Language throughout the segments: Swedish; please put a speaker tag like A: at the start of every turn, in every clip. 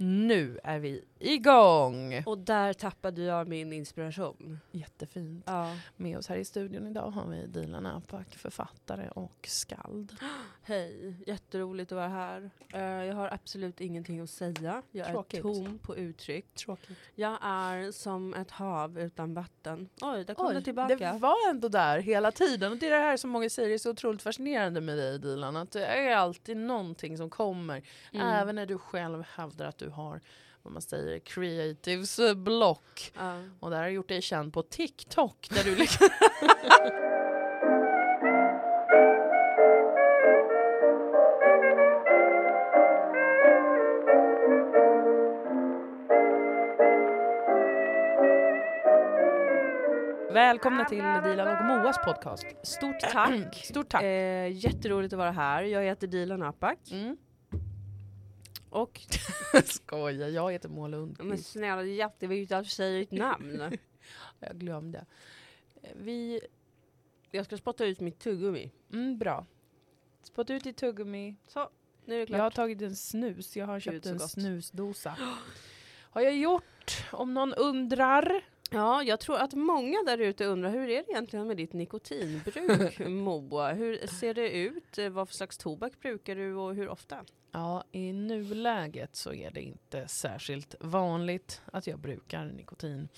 A: Nu är vi igång!
B: Och där tappade jag min inspiration.
A: Jättefint.
B: Ja.
A: Med oss här i studion idag har vi Dilan Apak, författare och skald.
B: Hej, jätteroligt att vara här. Eh, jag har absolut ingenting att säga. Jag
A: Tråkigt.
B: är tom på uttryck.
A: Tråkigt.
B: Jag är som ett hav utan vatten. Oj, där kom det tillbaka.
A: det var ändå där hela tiden. Och det är det här som många säger är så otroligt fascinerande med dig Dilan. Att det är alltid någonting som kommer.
B: Mm.
A: Även när du själv hävdar att du har, vad man säger, creatives eh, block.
B: Ja.
A: Och där har jag gjort dig känd på TikTok där du liksom Välkomna till Dilan och Moas podcast. Stort tack. Stort tack.
B: Eh, jätteroligt att vara här. Jag heter Dilan Apak.
A: Mm.
B: Och
A: Skoja, jag heter Moa
B: men
A: Lundqvist.
B: snälla, det är jätteviktigt att du säger ditt namn.
A: Jag glömde. Eh, Vi...
B: jag ska spotta ut mitt tuggummi.
A: Mm, bra. Spotta ut ditt tuggummi.
B: Så, nu är det klart.
A: Jag har tagit en snus. Jag har köpt
B: så
A: en
B: gott.
A: snusdosa. Har jag gjort, om någon undrar.
B: Ja, jag tror att många där ute undrar hur är det egentligen med ditt nikotinbruk, Moa? Hur ser det ut? Eh, Vad för slags tobak brukar du och hur ofta?
A: Ja, i nuläget så är det inte särskilt vanligt att jag brukar nikotin.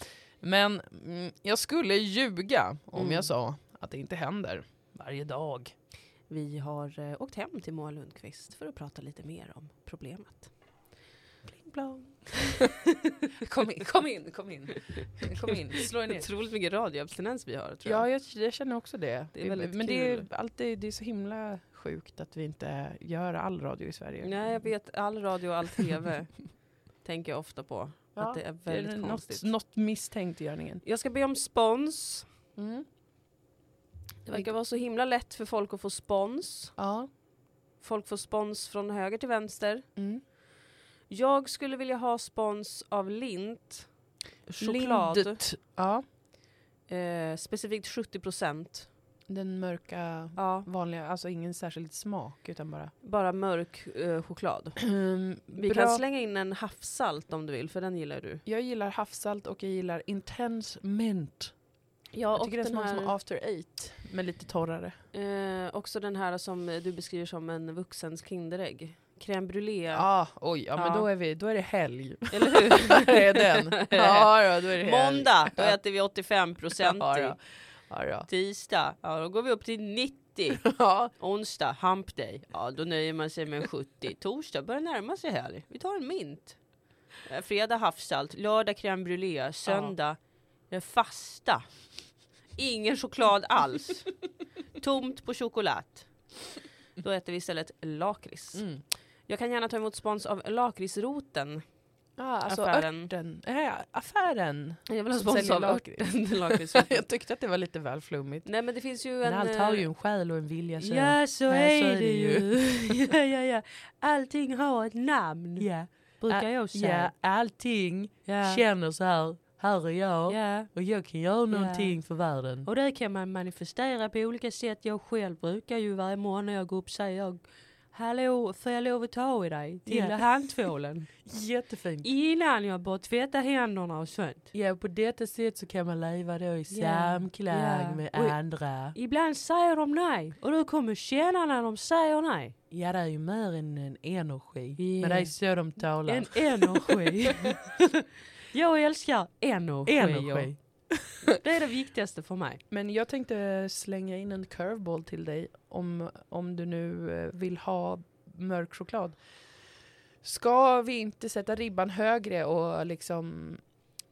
A: Men mm, jag skulle ljuga om
B: Mm.
A: jag sa att det inte händer varje dag.
B: Vi har eh, åkt hem till Moa Lundqvist för att prata lite mer om problemet. Bling blong.
A: Kom in, kom in, kom in. Kom in, slå er ner.
B: Otroligt mycket radioabstinens vi har tror jag.
A: Ja, jag, jag känner också det.
B: Det är väldigt
A: Men det är,
B: kul.
A: alltid, det är så himla sjukt att vi inte gör all radio i Sverige.
B: Nej, jag vet. All radio och all tv tänker jag ofta på.
A: Ja,
B: att det är
A: det är
B: väldigt konstigt.
A: något, något misstänkt i görningen.
B: Jag ska be om spons. Mm. Det verkar vara så himla lätt för folk att få spons.
A: Ja.
B: Folk får spons från höger till vänster.
A: Mm.
B: Jag skulle vilja ha spons av Lindt. Choklad.
A: Lindet. Ja,
B: Eh, specifikt 70 procent.
A: den mörka
B: Ja,
A: vanliga, alltså ingen särskild smak utan bara...
B: bara mörk eh, choklad. Vi
A: Bra.
B: kan slänga in en havssalt om du vill, för den gillar du.
A: Jag gillar havssalt och jag gillar intense mint.
B: Ja,
A: Jag tycker den, smakar som after eight, men lite torrare.
B: eh, också den här som du beskriver som en vuxens Kinderägg. Crème brûlée.
A: Ah, oj, ja, men
B: Ja.
A: då är, vi, då är det helg.
B: Eller hur?
A: Där är den. Ja, ja, då är det helg.
B: Måndag, då
A: Ja.
B: äter vi 85 procent.
A: Ja, ja. Ja, ja.
B: Tisdag, ja, då går vi upp till 90.
A: ja.
B: Onsdag, hump day. Ja, då nöjer man sig med en 70. Torsdag börjar närma sig helg. Vi tar en mint. Eh, Fredag havssalt, lördag crème brûlée, söndag eh, fasta. Ingen choklad alls. Tomt på choklad. Då äter vi istället lakrits.
A: Mm.
B: Jag kan gärna ta emot spons av lakritsroten.
A: Ah, alltså
B: Affären.
A: örten. Äh, affären.
B: Jag vill ha
A: Som
B: spons
A: säljer
B: av
A: lakrits.
B: örten, lakritsroten.
A: jag tyckte att det var lite väl flummigt.
B: Nej men det finns ju en...
A: Men allt har
B: eh,
A: ju en själ och en vilja. Så
B: Ja, så
A: Nej,
B: är, det ju. ja, ja, ja. Allting har ett namn,
A: ja.
B: brukar jag
A: ja,
B: säga.
A: allting
B: Ja.
A: känner så här. Här är jag
B: ja.
A: och jag kan göra någonting för världen.
B: Och det kan man manifestera på olika sätt. Jag själv brukar ju varje morgon när jag går upp säga jag, Hallå, får jag lov att ta i dig till
A: Ja.
B: handtvålen?
A: Jättefint.
B: Innan jag börjar tvätta händerna och sånt.
A: Ja, på detta sätt så kan man leva då i
B: Ja,
A: samklang
B: ja.
A: med
B: Och-
A: andra.
B: Ibland säger de nej och du kommer känna när de säger nej.
A: Ja, det är ju mer än en energi.
B: Ja.
A: Men det är så de talar.
B: En energi. jag älskar energi.
A: energi.
B: Det är det viktigaste för mig.
A: Men jag tänkte slänga in en curveball till dig om, om du nu eh, vill ha mörk choklad. Ska vi inte sätta ribban högre och liksom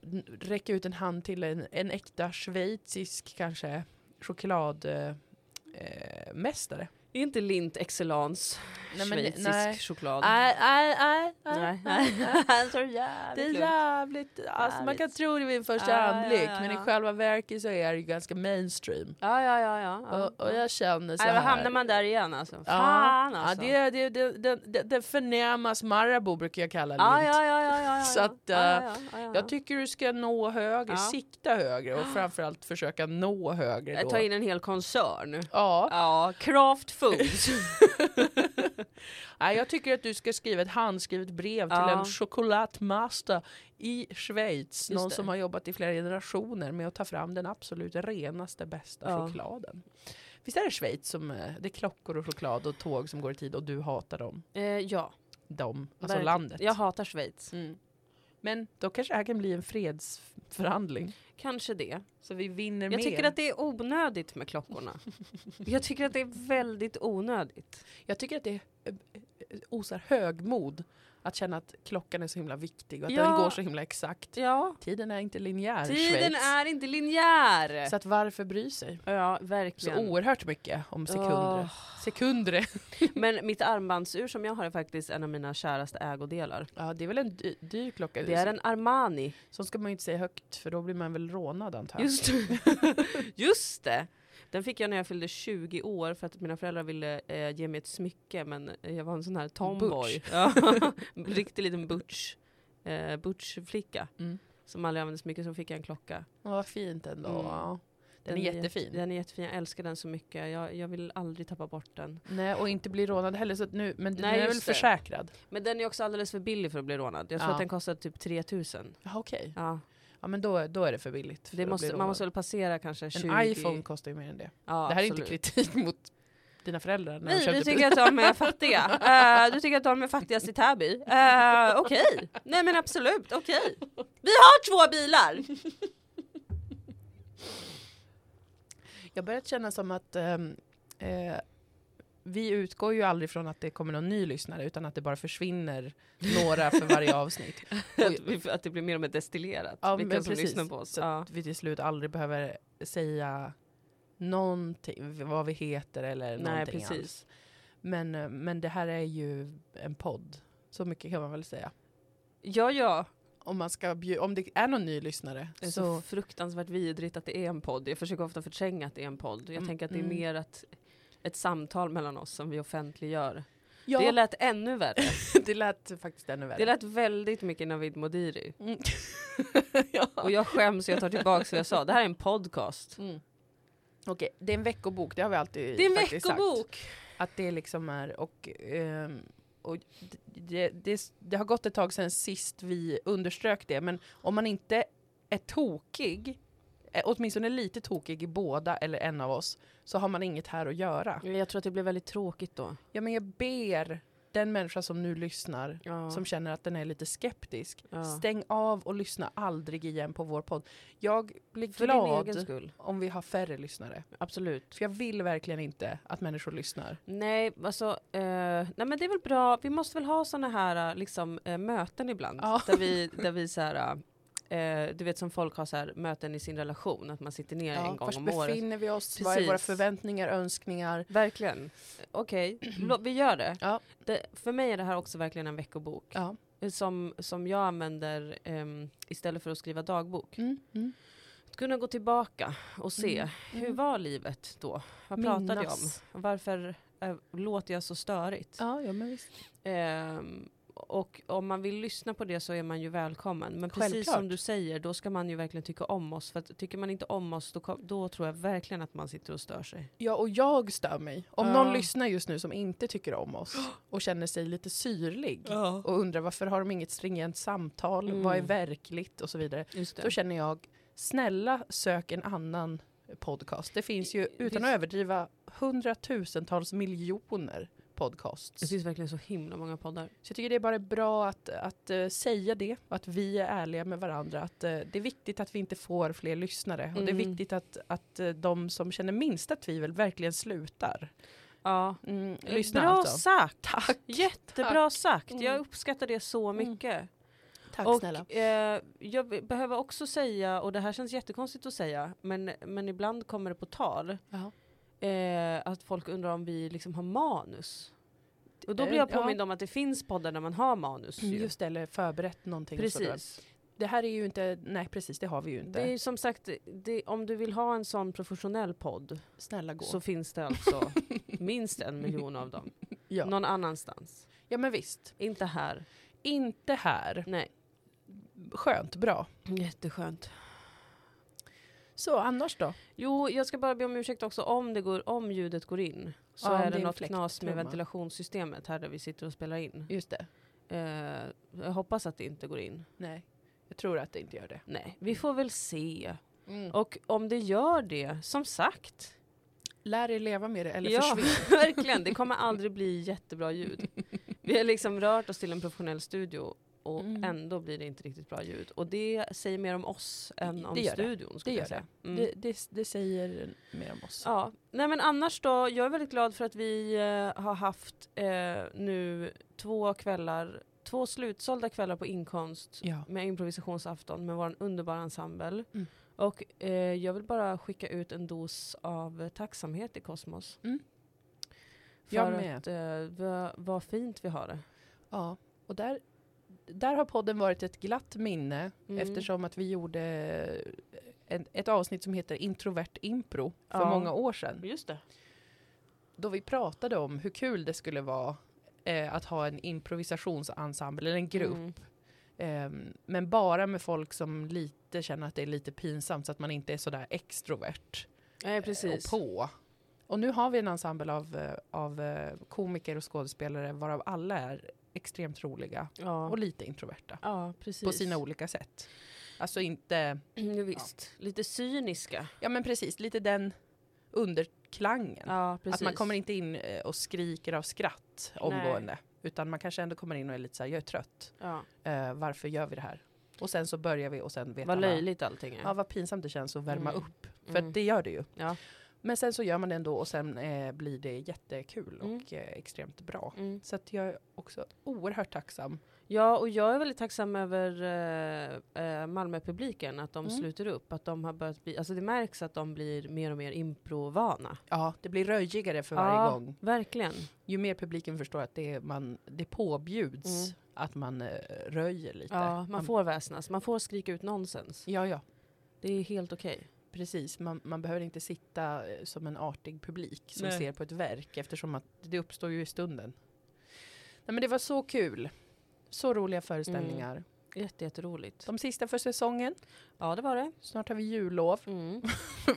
A: n- räcka ut en hand till en, en äkta schweizisk kanske chokladmästare? Eh, mästare?
B: Det är inte lint excellence
A: Nej, men-
B: schweizisk
A: nej.
B: choklad.
A: Nej, nej, nej, nej,
B: Nej.
A: nej.
B: så jävligt
A: Det är
B: lugnt.
A: jävligt, alltså man
B: Jävligt.
A: kan tro det vid en
B: Ja,
A: första
B: ja,
A: anblick
B: ja,
A: men i
B: ja.
A: själva verket så är det ju ganska mainstream.
B: Ja, ja, ja. ja, ja.
A: Och, och jag känner så
B: Nej, då
A: här.
B: Äh, hamnar man där igen alltså. Fan
A: ja,
B: alltså.
A: det, det, det, det, det, det förnämas Marabou brukar jag kalla det.
B: ja, ja, ja, ja, ja, ja.
A: Så att, äh,
B: ja, ja, ja, ja, ja.
A: Jag tycker du ska nå högre,
B: Ja.
A: sikta högre och framförallt försöka nå högre. Då.
B: Jag tar in en hel koncern.
A: Ja,
B: Ja, Kraft Foods.
A: Nej, jag tycker att du ska skriva ett handskrivet brev till
B: Ja.
A: en chokoladmaster i Schweiz.
B: Just
A: någon
B: det.
A: som har jobbat i flera generationer med att ta fram den absolut renaste, bästa
B: Ja.
A: chokladen. Visst är det Schweiz som, eh, det är klockor och choklad och tåg som går i tid och du hatar dem?
B: Eh, ja,
A: dem, alltså
B: Verkligen.
A: landet.
B: jag hatar Schweiz.
A: Mm. Men då kanske det här kan bli en fredsförhandling.
B: Kanske det.
A: Så vi vinner
B: Jag tycker att det är onödigt med klockorna. Jag tycker att det är väldigt onödigt.
A: Jag tycker att det eh, eh, osar högmod att känna att klockan är så himla viktig och att
B: Ja.
A: den går så himla exakt.
B: Ja,
A: Tiden är inte linjär i
B: tiden
A: Schweiz.
B: är inte linjär.
A: Så att varför bry sig?
B: Ja,
A: Så
B: verkligen.
A: oerhört mycket om sekunder.
B: Åh.
A: Sekunder!
B: Men mitt armbandsur som jag har är faktiskt en av mina käraste ägodelar.
A: Ja, det är väl en dy- dyr klocka.
B: Det är en Armani.
A: Så ska man ju inte säga högt för då blir man väl rånad antar jag.
B: Just, just det! Den fick jag när jag fyllde 20 år för att mina föräldrar ville eh, ge mig ett smycke men eh, jag var en sån här tomboy.
A: Butch.
B: Ja, Riktig liten butch. Eh, butchflicka.
A: Mm.
B: Som aldrig använde smycke så fick jag en klocka.
A: Ja, vad fint ändå.
B: Mm.
A: Ja. Den, är
B: jätte-
A: jättefin.
B: Den är jättefin, jag älskar den så mycket. Jag, jag vill aldrig tappa bort den.
A: Nej, och inte bli rånad heller. Så att nu, men den
B: Nej,
A: är väl
B: just det.
A: försäkrad?
B: Men den är också alldeles för billig för att bli rånad. Jag tror
A: Ja.
B: att den kostar typ 3000.
A: Ja, okej.
B: Ja.
A: Ja, men då, då är det för billigt. för
B: Det
A: att bli
B: måste, man
A: rånad.
B: måste väl passera kanske 20...
A: En iPhone kostar ju mer än det.
B: Ja,
A: det här är
B: absolut.
A: inte kritik mot dina föräldrar. När de
B: Nej,
A: köpte
B: du
A: bil.
B: tycker att de är fattiga. Eh, du tycker att de är fattigast i Täby. Eh, okej, nej men absolut, okej. Vi har två bilar!
A: Jag börjar känna som att ehm, eh, vi utgår ju aldrig från att det kommer någon ny lyssnare utan att det bara försvinner några för varje avsnitt.
B: att, vi, att det blir mer och mer destillerat,
A: Ja,
B: vilka
A: men
B: som
A: precis.
B: lyssnar på oss.
A: Så
B: Ja.
A: att vi till slut aldrig behöver säga någonting, vad vi heter eller
B: Nej,
A: någonting
B: precis.
A: alls. Men, eh, men det här är ju en podd, så mycket kan man väl säga.
B: ja, ja.
A: Om, man ska bju- om det är någon ny lyssnare
B: Det är så,
A: så
B: fruktansvärt vidrigt att det är en podd. Jag försöker ofta förtränga att det är en podd. Jag
A: Mm,
B: tänker att det är
A: mm.
B: mer att ett samtal mellan oss som vi offentliggör.
A: ja,
B: Det
A: det, lät,
B: lät ännu värre.
A: det lät faktiskt ännu värre.
B: Det lät väldigt mycket Navid Modiri.
A: Mm.
B: Och jag skäms och jag tar tillbaka vad jag sa. Det här är en podcast.
A: Mm. Okej, det är en veckobok, det har vi alltid
B: Det är en
A: faktiskt Sagt.
B: veckobok!
A: Att det liksom är och, ehm, och d- det, det, det har gått ett tag sedan sist vi underströk det, men om man inte är tokig, eh, åtminstone lite tokig i båda eller en av oss, så har man inget här att göra.
B: Jag tror att det blir väldigt tråkigt då.
A: Ja, men jag ber den människa som nu lyssnar, som känner att den är lite skeptisk,
B: Ja.
A: stäng av och lyssna aldrig igen på vår podd. Jag blir
B: För din egen
A: glad
B: skull.
A: om vi har färre lyssnare.
B: Absolut.
A: För jag vill verkligen inte att människor lyssnar.
B: Nej, alltså, eh, nej men det är väl bra. Vi måste väl ha såna här eh, liksom, eh, möten ibland.
A: Ja.
B: Där vi, där vi så här, eh, du vet som folk har så här, möten i sin relation, att man sitter ner en gång
A: först
B: om året.
A: befinner vi oss? Vad är våra
B: Precis.
A: förväntningar, önskningar?
B: Verkligen. Okej, lå- vi gör det.
A: Ja.
B: det. För mig är det här också verkligen en veckobok.
A: Ja.
B: Eh, Som, som jag använder ehm, istället för att skriva dagbok.
A: Mm, mm,
B: Att kunna gå tillbaka och se,
A: Mm,
B: hur
A: mm.
B: var livet då? Vad pratade jag om?
A: Minnas.
B: Varför eh, låter jag så störigt?
A: Ja, ja, men visst.
B: Ehm, och om man vill lyssna på det så är man ju välkommen. Men precis
A: Självklart.
B: som du säger, då ska man ju verkligen tycka om oss. För att, tycker man inte om oss, då, kom- då tror jag verkligen att man sitter och stör sig.
A: Ja, och jag stör mig. Om
B: Ja.
A: någon lyssnar just nu som inte tycker om oss och känner sig lite syrlig och undrar varför har de inget stringent samtal,
B: Mm.
A: vad är verkligt och så vidare.
B: Just
A: Då
B: det.
A: känner jag, snälla sök en annan podcast. Det finns ju,
B: Det
A: utan
B: finns-
A: att överdriva, hundratusentals miljoner podcasts.
B: Det finns verkligen så himla många poddar.
A: Så jag tycker det är bara bra att, att eh, säga det, och att vi är ärliga med varandra. Att eh, det är viktigt att vi inte får fler lyssnare och det är
B: Mm.
A: viktigt att, att eh, de som känner minsta tvivel verkligen slutar.
B: Ja.
A: Mm, lyssna
B: Bra
A: alltså.
B: sagt! Jättebra
A: Tack.
B: sagt! Jag
A: Mm.
B: uppskattar det så
A: Mm.
B: mycket.
A: Tack
B: och,
A: snälla.
B: Eh, jag be- behöver också säga, och det här känns jättekonstigt att säga, men, men ibland kommer det på tal,
A: Ja.
B: eh, att folk undrar om vi liksom har manus. Och då blir
A: Eh,
B: jag
A: ja.
B: påmind om att det finns poddar där man har manus.
A: Mm,
B: ju.
A: Just det, eller förberett någonting. och sådär.
B: Precis.
A: Det här är ju inte, nej precis det har vi ju inte.
B: Det är ju som sagt, det, om du vill ha en sån professionell podd
A: Snälla gå.
B: så finns det alltså minst en miljon av dem.
A: Ja.
B: Någon annanstans.
A: ja men visst,
B: Inte här.
A: inte här.
B: Nej.
A: Skönt, bra.
B: Jätteskönt.
A: Så annars då?
B: Jo, jag ska bara be om ursäkt också om, det går, om ljudet går in. Så
A: Ja, om
B: är
A: det
B: det
A: är en
B: något knas med
A: fläkttrumma.
B: ventilationssystemet här där vi sitter och spelar in.
A: Just det.
B: Eh, jag hoppas att det inte går in.
A: Nej, jag tror att det inte gör det.
B: Nej, vi får väl se.
A: Och
B: Och om det gör det, som sagt.
A: lär er leva med det eller
B: ja,
A: försvinn.
B: verkligen. Det kommer aldrig bli jättebra ljud. Vi har liksom rört oss till en professionell studio och
A: Mm.
B: ändå blir det inte riktigt bra ljud. Och det säger mer om oss än om
A: Det gör det.
B: studion. skulle
A: Det
B: jag
A: gör
B: säga. Mm.
A: Det, det, det säger mer om oss.
B: Ja, nej men annars då. Jag är väldigt glad för att vi eh, har haft eh, nu två kvällar, två slutsålda kvällar på inkomst
A: Ja.
B: med improvisationsafton med vår underbara ensemble.
A: Mm.
B: Och eh, jag vill bara skicka ut en dos av tacksamhet till Kosmos.
A: Mm.
B: För
A: Jag med.
B: att eh, vad, vad fint vi har det.
A: Ja, och där, där har podden varit ett glatt minne
B: Mm.
A: eftersom att vi gjorde en, ett avsnitt som heter Introvert Impro för
B: Ja.
A: många år sedan.
B: Just det.
A: Då vi pratade om hur kul det skulle vara eh, att ha en improvisationsensemble eller en grupp.
B: Mm.
A: Ehm, men bara med folk som lite känner att det är lite pinsamt så att man inte är sådär extrovert
B: Nej,
A: eh,
B: precis.
A: och på. Och nu har vi en ensemble av, eh, av eh, komiker och skådespelare varav alla är extremt roliga
B: Ja.
A: och lite introverta
B: ja, precis.
A: på sina olika sätt. Alltså inte,
B: Jo, visst. Lite cyniska.
A: ja men precis, lite den underklangen.
B: Ja, precis.
A: att man kommer inte in eh, och skriker av skratt omgående. Utan man kanske ändå kommer in och är lite så här, jag är trött,
B: ja.
A: Eh, varför gör vi det här? Och sen så börjar vi och sen vet
B: Vad
A: alla,
B: löjligt allting är.
A: ja vad pinsamt det känns att värma
B: Mm.
A: upp. För
B: Mm.
A: att det gör det ju.
B: Ja.
A: Men sen så gör man det ändå och sen eh, blir det jättekul
B: Mm.
A: och eh, extremt bra.
B: Mm.
A: Så att jag är också oerhört tacksam.
B: ja, och jag är väldigt tacksam över eh, eh, Malmöpubliken, att de
A: Mm.
B: sluter upp. Att de har börjat bli, alltså det märks att de blir mer och mer improvana.
A: Ja, det blir röjigare för varje
B: Ja.
A: gång.
B: Verkligen.
A: ju mer publiken förstår att det, är man, det påbjuds
B: Mm.
A: att man eh, röjer lite.
B: Ja, man får väsnas, man får skrika ut nonsens.
A: ja, ja,
B: Det är helt okej.
A: precis. Man, man behöver inte sitta eh, som en artig publik som
B: Nej.
A: ser på ett verk eftersom att det uppstår ju i stunden. Nej, men det var så kul. Så roliga föreställningar.
B: Jätte, jätteroligt.
A: De sista för säsongen.
B: Ja, det var det.
A: Snart har vi jullov.
B: Mm.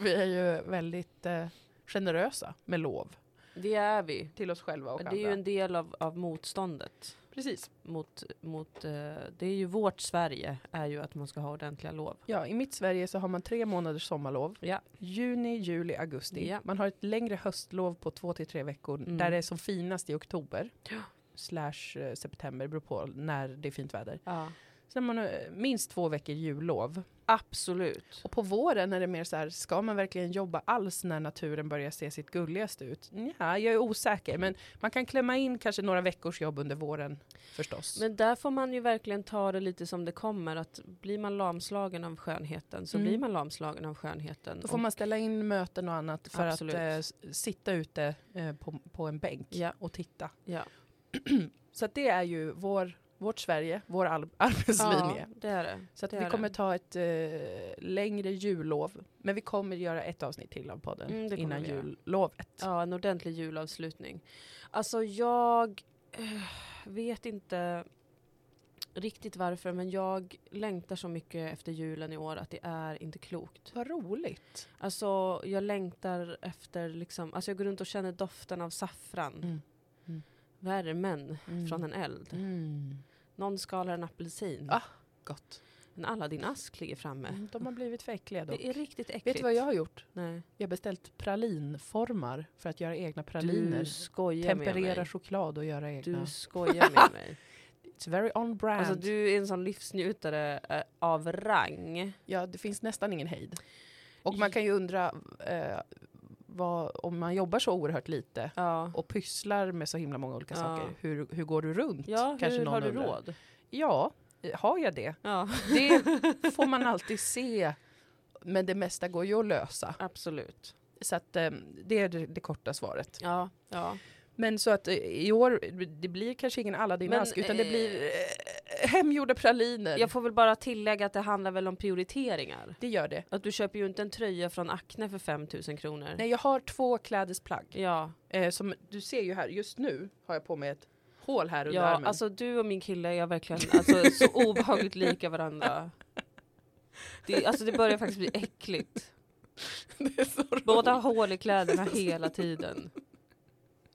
A: vi är ju väldigt eh, generösa med lov
B: Det är vi.
A: till oss själva och
B: Det är
A: andra.
B: ju en del av, av motståndet.
A: Precis.
B: Mot, mot, eh, det är ju vårt Sverige, är ju att man ska ha ordentliga lov.
A: Ja, i mitt Sverige så har man tre månaders sommarlov.
B: Ja.
A: Juni, juli, augusti.
B: Ja.
A: Man har ett längre höstlov på två till tre veckor
B: Mm.
A: där det är som finast i oktober.
B: Ja.
A: Slash eh, september, beror på när det är fint väder.
B: Ja.
A: Sen har man eh, minst två veckor jullov.
B: Absolut.
A: Och på våren är det mer så här, ska man verkligen jobba alls när naturen börjar se sitt gulligaste ut? Nja, jag är osäker. Men man kan klämma in kanske några veckors jobb under våren förstås.
B: Men där får man ju verkligen ta det lite som det kommer. Att blir man lamslagen av skönheten så
A: Mm.
B: blir man lamslagen av skönheten.
A: Då får
B: Och-
A: man ställa in möten och annat för
B: Absolut.
A: att eh, s- sitta ute eh, på, på en bänk
B: Ja.
A: och titta.
B: Ja.
A: Så att det är ju vår, vårt Sverige, vår al- arbetslinje.
B: Ja, det är det.
A: Så att
B: det
A: vi
B: är
A: kommer
B: det.
A: ta ett eh, längre jullov, men vi kommer göra ett avsnitt till av podden
B: Mm, det kommer
A: innan
B: vi göra.
A: jullovet.
B: Ja, en ordentlig julavslutning. Alltså jag eh, vet inte riktigt varför men jag längtar så mycket efter julen i år att det är inte klokt.
A: Vad roligt!
B: Alltså jag längtar efter liksom, alltså jag går runt och känner doften av saffran.
A: Mm. Mm.
B: Värmen
A: Mm.
B: från en eld.
A: Mm.
B: Någon skalar en apelsin.
A: Ah. Gott.
B: En Aladdin-ask ligger framme.
A: Mm, de har blivit för äckliga dock.
B: Det är riktigt äckligt.
A: Vet du vad jag har gjort?
B: Nej.
A: Jag har beställt pralinformar för att göra egna
B: Du
A: praliner.
B: skojar med
A: Temperera
B: mig.
A: choklad och göra egna.
B: Du skojar med mig.
A: It's very on brand.
B: Alltså du är en sån livsnjutare eh, av rang.
A: Ja, det finns nästan ingen hejd. Och man kan ju undra eh, vad, om man jobbar så oerhört lite
B: Ja.
A: och pysslar med så himla många olika
B: Ja.
A: saker. Hur, hur går du runt?
B: Ja, hur har du
A: undrar.
B: råd?
A: Ja, eh, har jag det?
B: Ja,
A: Det får man alltid se. Men det mesta går ju att lösa.
B: absolut.
A: Så att, eh, det är det, det korta svaret.
B: Ja, ja.
A: Men så att eh, i år, det blir kanske ingen
B: Men,
A: Aladdin-ask utan det
B: eh,
A: blir eh, hemgjorda praliner.
B: Jag får väl bara tillägga att det handlar väl om prioriteringar.
A: det gör det.
B: Att du köper ju inte en tröja från Acne för 5000 kronor.
A: Nej, jag har två klädesplagg.
B: Ja,
A: Eh, som du ser ju här, just nu har jag på mig ett hål här under
B: ja
A: armen.
B: alltså du och min kille är verkligen alltså, så obehagligt lika varandra. Det, alltså det börjar faktiskt bli äckligt.
A: Det är så roligt.
B: Båda har hål i kläderna hela tiden.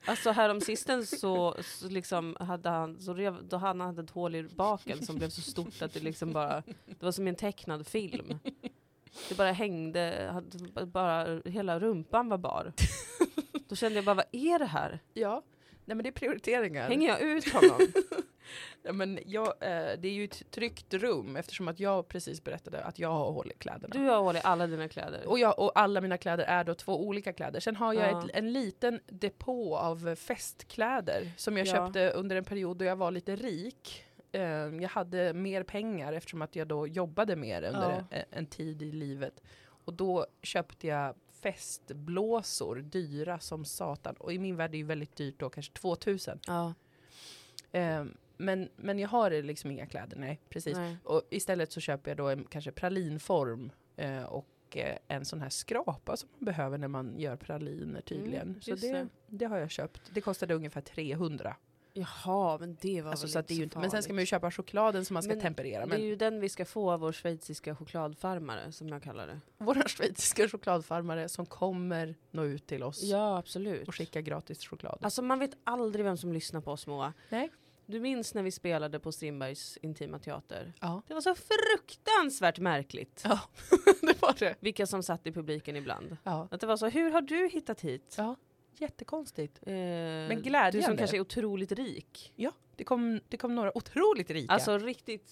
B: Alltså häromsistens så, så liksom hade han, så rev, då han hade ett hål i baken som blev så stort att det liksom bara, det var som i en tecknad film. Det bara hängde, hade- bara, hela rumpan var bar. Då kände jag bara, vad är det här?
A: Ja. Nej men det är prioriteringar.
B: Hänger jag ut honom?
A: Ja, men jag, eh, det är ju ett tryggt rum eftersom att jag precis berättade att jag har hål i kläderna.
B: Du har hål i alla dina kläder.
A: Och, jag, och alla mina kläder är då två olika kläder. Sen har jag
B: Ja.
A: ett, en liten depå av eh, festkläder som jag
B: Ja.
A: köpte under en period då jag var lite rik. Eh, Jag hade mer pengar eftersom att jag då jobbade mer under
B: Ja.
A: en, en tid i livet. Och då köpte jag festblåsor, dyra som satan. Och i min värld är det ju väldigt dyrt då, kanske 2000.
B: Ja,
A: Eh, Men, men jag har liksom inga kläder, nej precis.
B: nej.
A: Och istället så köper jag då en kanske pralinform eh, och eh, en sån här skrapa som man behöver när man gör praliner tydligen.
B: Mm,
A: så
B: just
A: det,
B: det.
A: det har jag köpt. Det kostade ungefär 300.
B: Jaha, men det var
A: Alltså,
B: väl
A: så att det är ju inte, men sen ska
B: farligt.
A: man ju köpa chokladen som man ska
B: Men
A: temperera.
B: Det är
A: Men
B: ju den vi ska få av vår schweiziska chokladfarmare som jag kallar det.
A: våra schweiziska chokladfarmare som kommer nå ut till oss
B: Ja, absolut.
A: och skicka gratis choklad.
B: Alltså man vet aldrig vem som lyssnar på oss Moa.
A: Nej.
B: Du minns när vi spelade på Strindbergs Intima Teater?
A: Ja.
B: Det var så fruktansvärt märkligt.
A: Ja. det var det.
B: Vilka som satt i publiken ibland.
A: Ja.
B: Att det var så, hur har du hittat hit?
A: ja, jättekonstigt.
B: Eh, Men Du
A: glädjande.
B: som kanske är otroligt rik.
A: Det kom, det kom några otroligt rika.
B: Alltså riktigt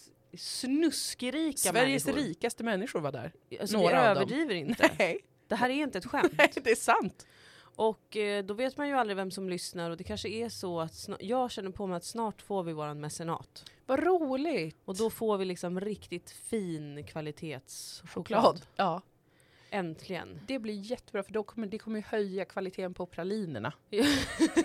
B: snuskrika
A: Sveriges
B: människor.
A: rikaste människor var där.
B: Alltså,
A: Några
B: vi
A: av dem.
B: överdriver inte.
A: Nej,
B: Det här är inte ett skämt.
A: nej, det är sant.
B: Och eh, då vet man ju aldrig vem som lyssnar och det kanske är så att sna- jag känner på mig att snart får vi våran mecenat.
A: Vad roligt.
B: Och då får vi liksom riktigt fin kvalitetschoklad.
A: Choklad. Ja.
B: Äntligen.
A: Det blir jättebra för då kommer, det kommer ju höja kvaliteten på pralinerna.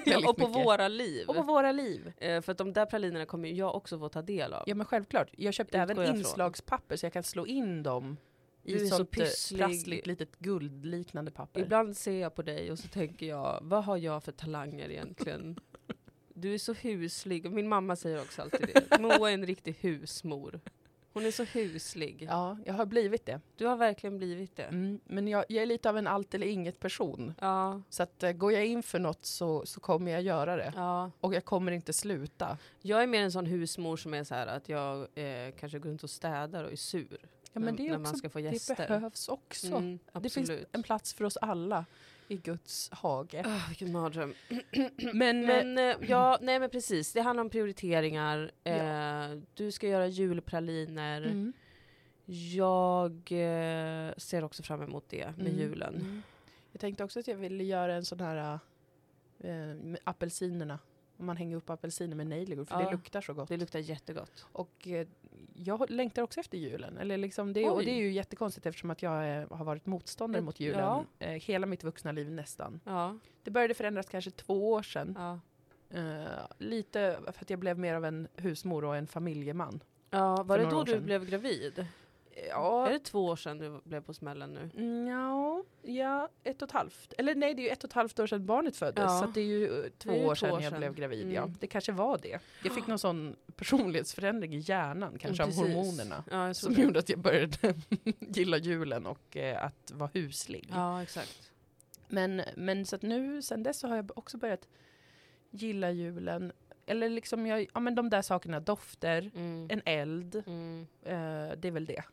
B: Ja, och på
A: mycket.
B: våra liv.
A: Och på våra liv.
B: Eh, för att de där pralinerna kommer ju jag också få ta del av.
A: Ja men självklart. Jag köpte
B: Utgår jag
A: även
B: från.
A: inslagspapper så jag kan slå in dem i
B: Du är så
A: sånt eh,
B: pysslig.
A: prassligt litet guldliknande papper.
B: Ibland ser jag på dig och så tänker jag, vad har jag för talanger egentligen? Du är så huslig. Och Min mamma säger också alltid det. Moa är en riktig husmor. Hon är så huslig.
A: Ja, jag har blivit det.
B: Du har verkligen blivit det.
A: Mm, men jag, jag är lite av en allt eller inget person.
B: Ja,
A: Så att eh, går jag in för något så, så kommer jag göra det.
B: ja.
A: Och jag kommer inte sluta.
B: Jag är mer en sån husmor som är så här att jag eh, kanske går runt och städar och är sur.
A: Ja, men
B: när,
A: det, är
B: när man
A: också,
B: ska få
A: det
B: gäster.
A: behövs också.
B: Mm,
A: det
B: absolut.
A: finns en plats för oss alla i Guds hage.
B: Ah, vilken mardröm.
A: Men, eh,
B: Men eh, ja, nej men precis. Det handlar om prioriteringar. Eh, Du ska göra julpraliner.
A: mm.
B: Jag eh, ser också fram emot det med
A: Mm,
B: julen.
A: mm. Jag tänkte också att jag ville göra en sån här eh, med apelsinerna. Om man hänger upp apelsiner med nejlikor för det
B: Ja.
A: luktar så gott.
B: Det luktar jättegott.
A: Och eh, jag längtar också efter julen. Eller liksom det, och
B: Oj.
A: det är ju jättekonstigt eftersom att jag eh, har varit motståndare
B: Ja.
A: mot julen eh, hela mitt vuxna liv nästan.
B: Ja,
A: Det började förändras kanske två år sedan.
B: ja.
A: Eh, lite för att jag blev mer av en husmor och en familjeman.
B: ja var det
A: några
B: då
A: år
B: du
A: sedan.
B: blev gravid? Är
A: Ja,
B: det två år sedan du blev på smällen nu?
A: ja, ja, ett och ett halvt. Eller nej, det är ju ett och ett halvt år sedan barnet föddes.
B: Ja.
A: Så att det är ju eh, två
B: Det är ju
A: år
B: två
A: sedan
B: år
A: jag
B: sedan.
A: blev gravid.
B: Mm.
A: Ja. Det kanske var det. Jag fick någon sån personlighetsförändring i hjärnan, kanske
B: Precis.
A: av hormonerna.
B: Ja, jag tror
A: Som
B: det.
A: gjorde att jag började gilla julen och eh, att vara huslig.
B: Ja, exakt.
A: Men, men så att nu, sen dess så har jag också börjat gilla julen. Eller liksom, jag, ja men de där sakerna, dofter,
B: Mm.
A: en eld.
B: Mm.
A: Eh, det är väl det.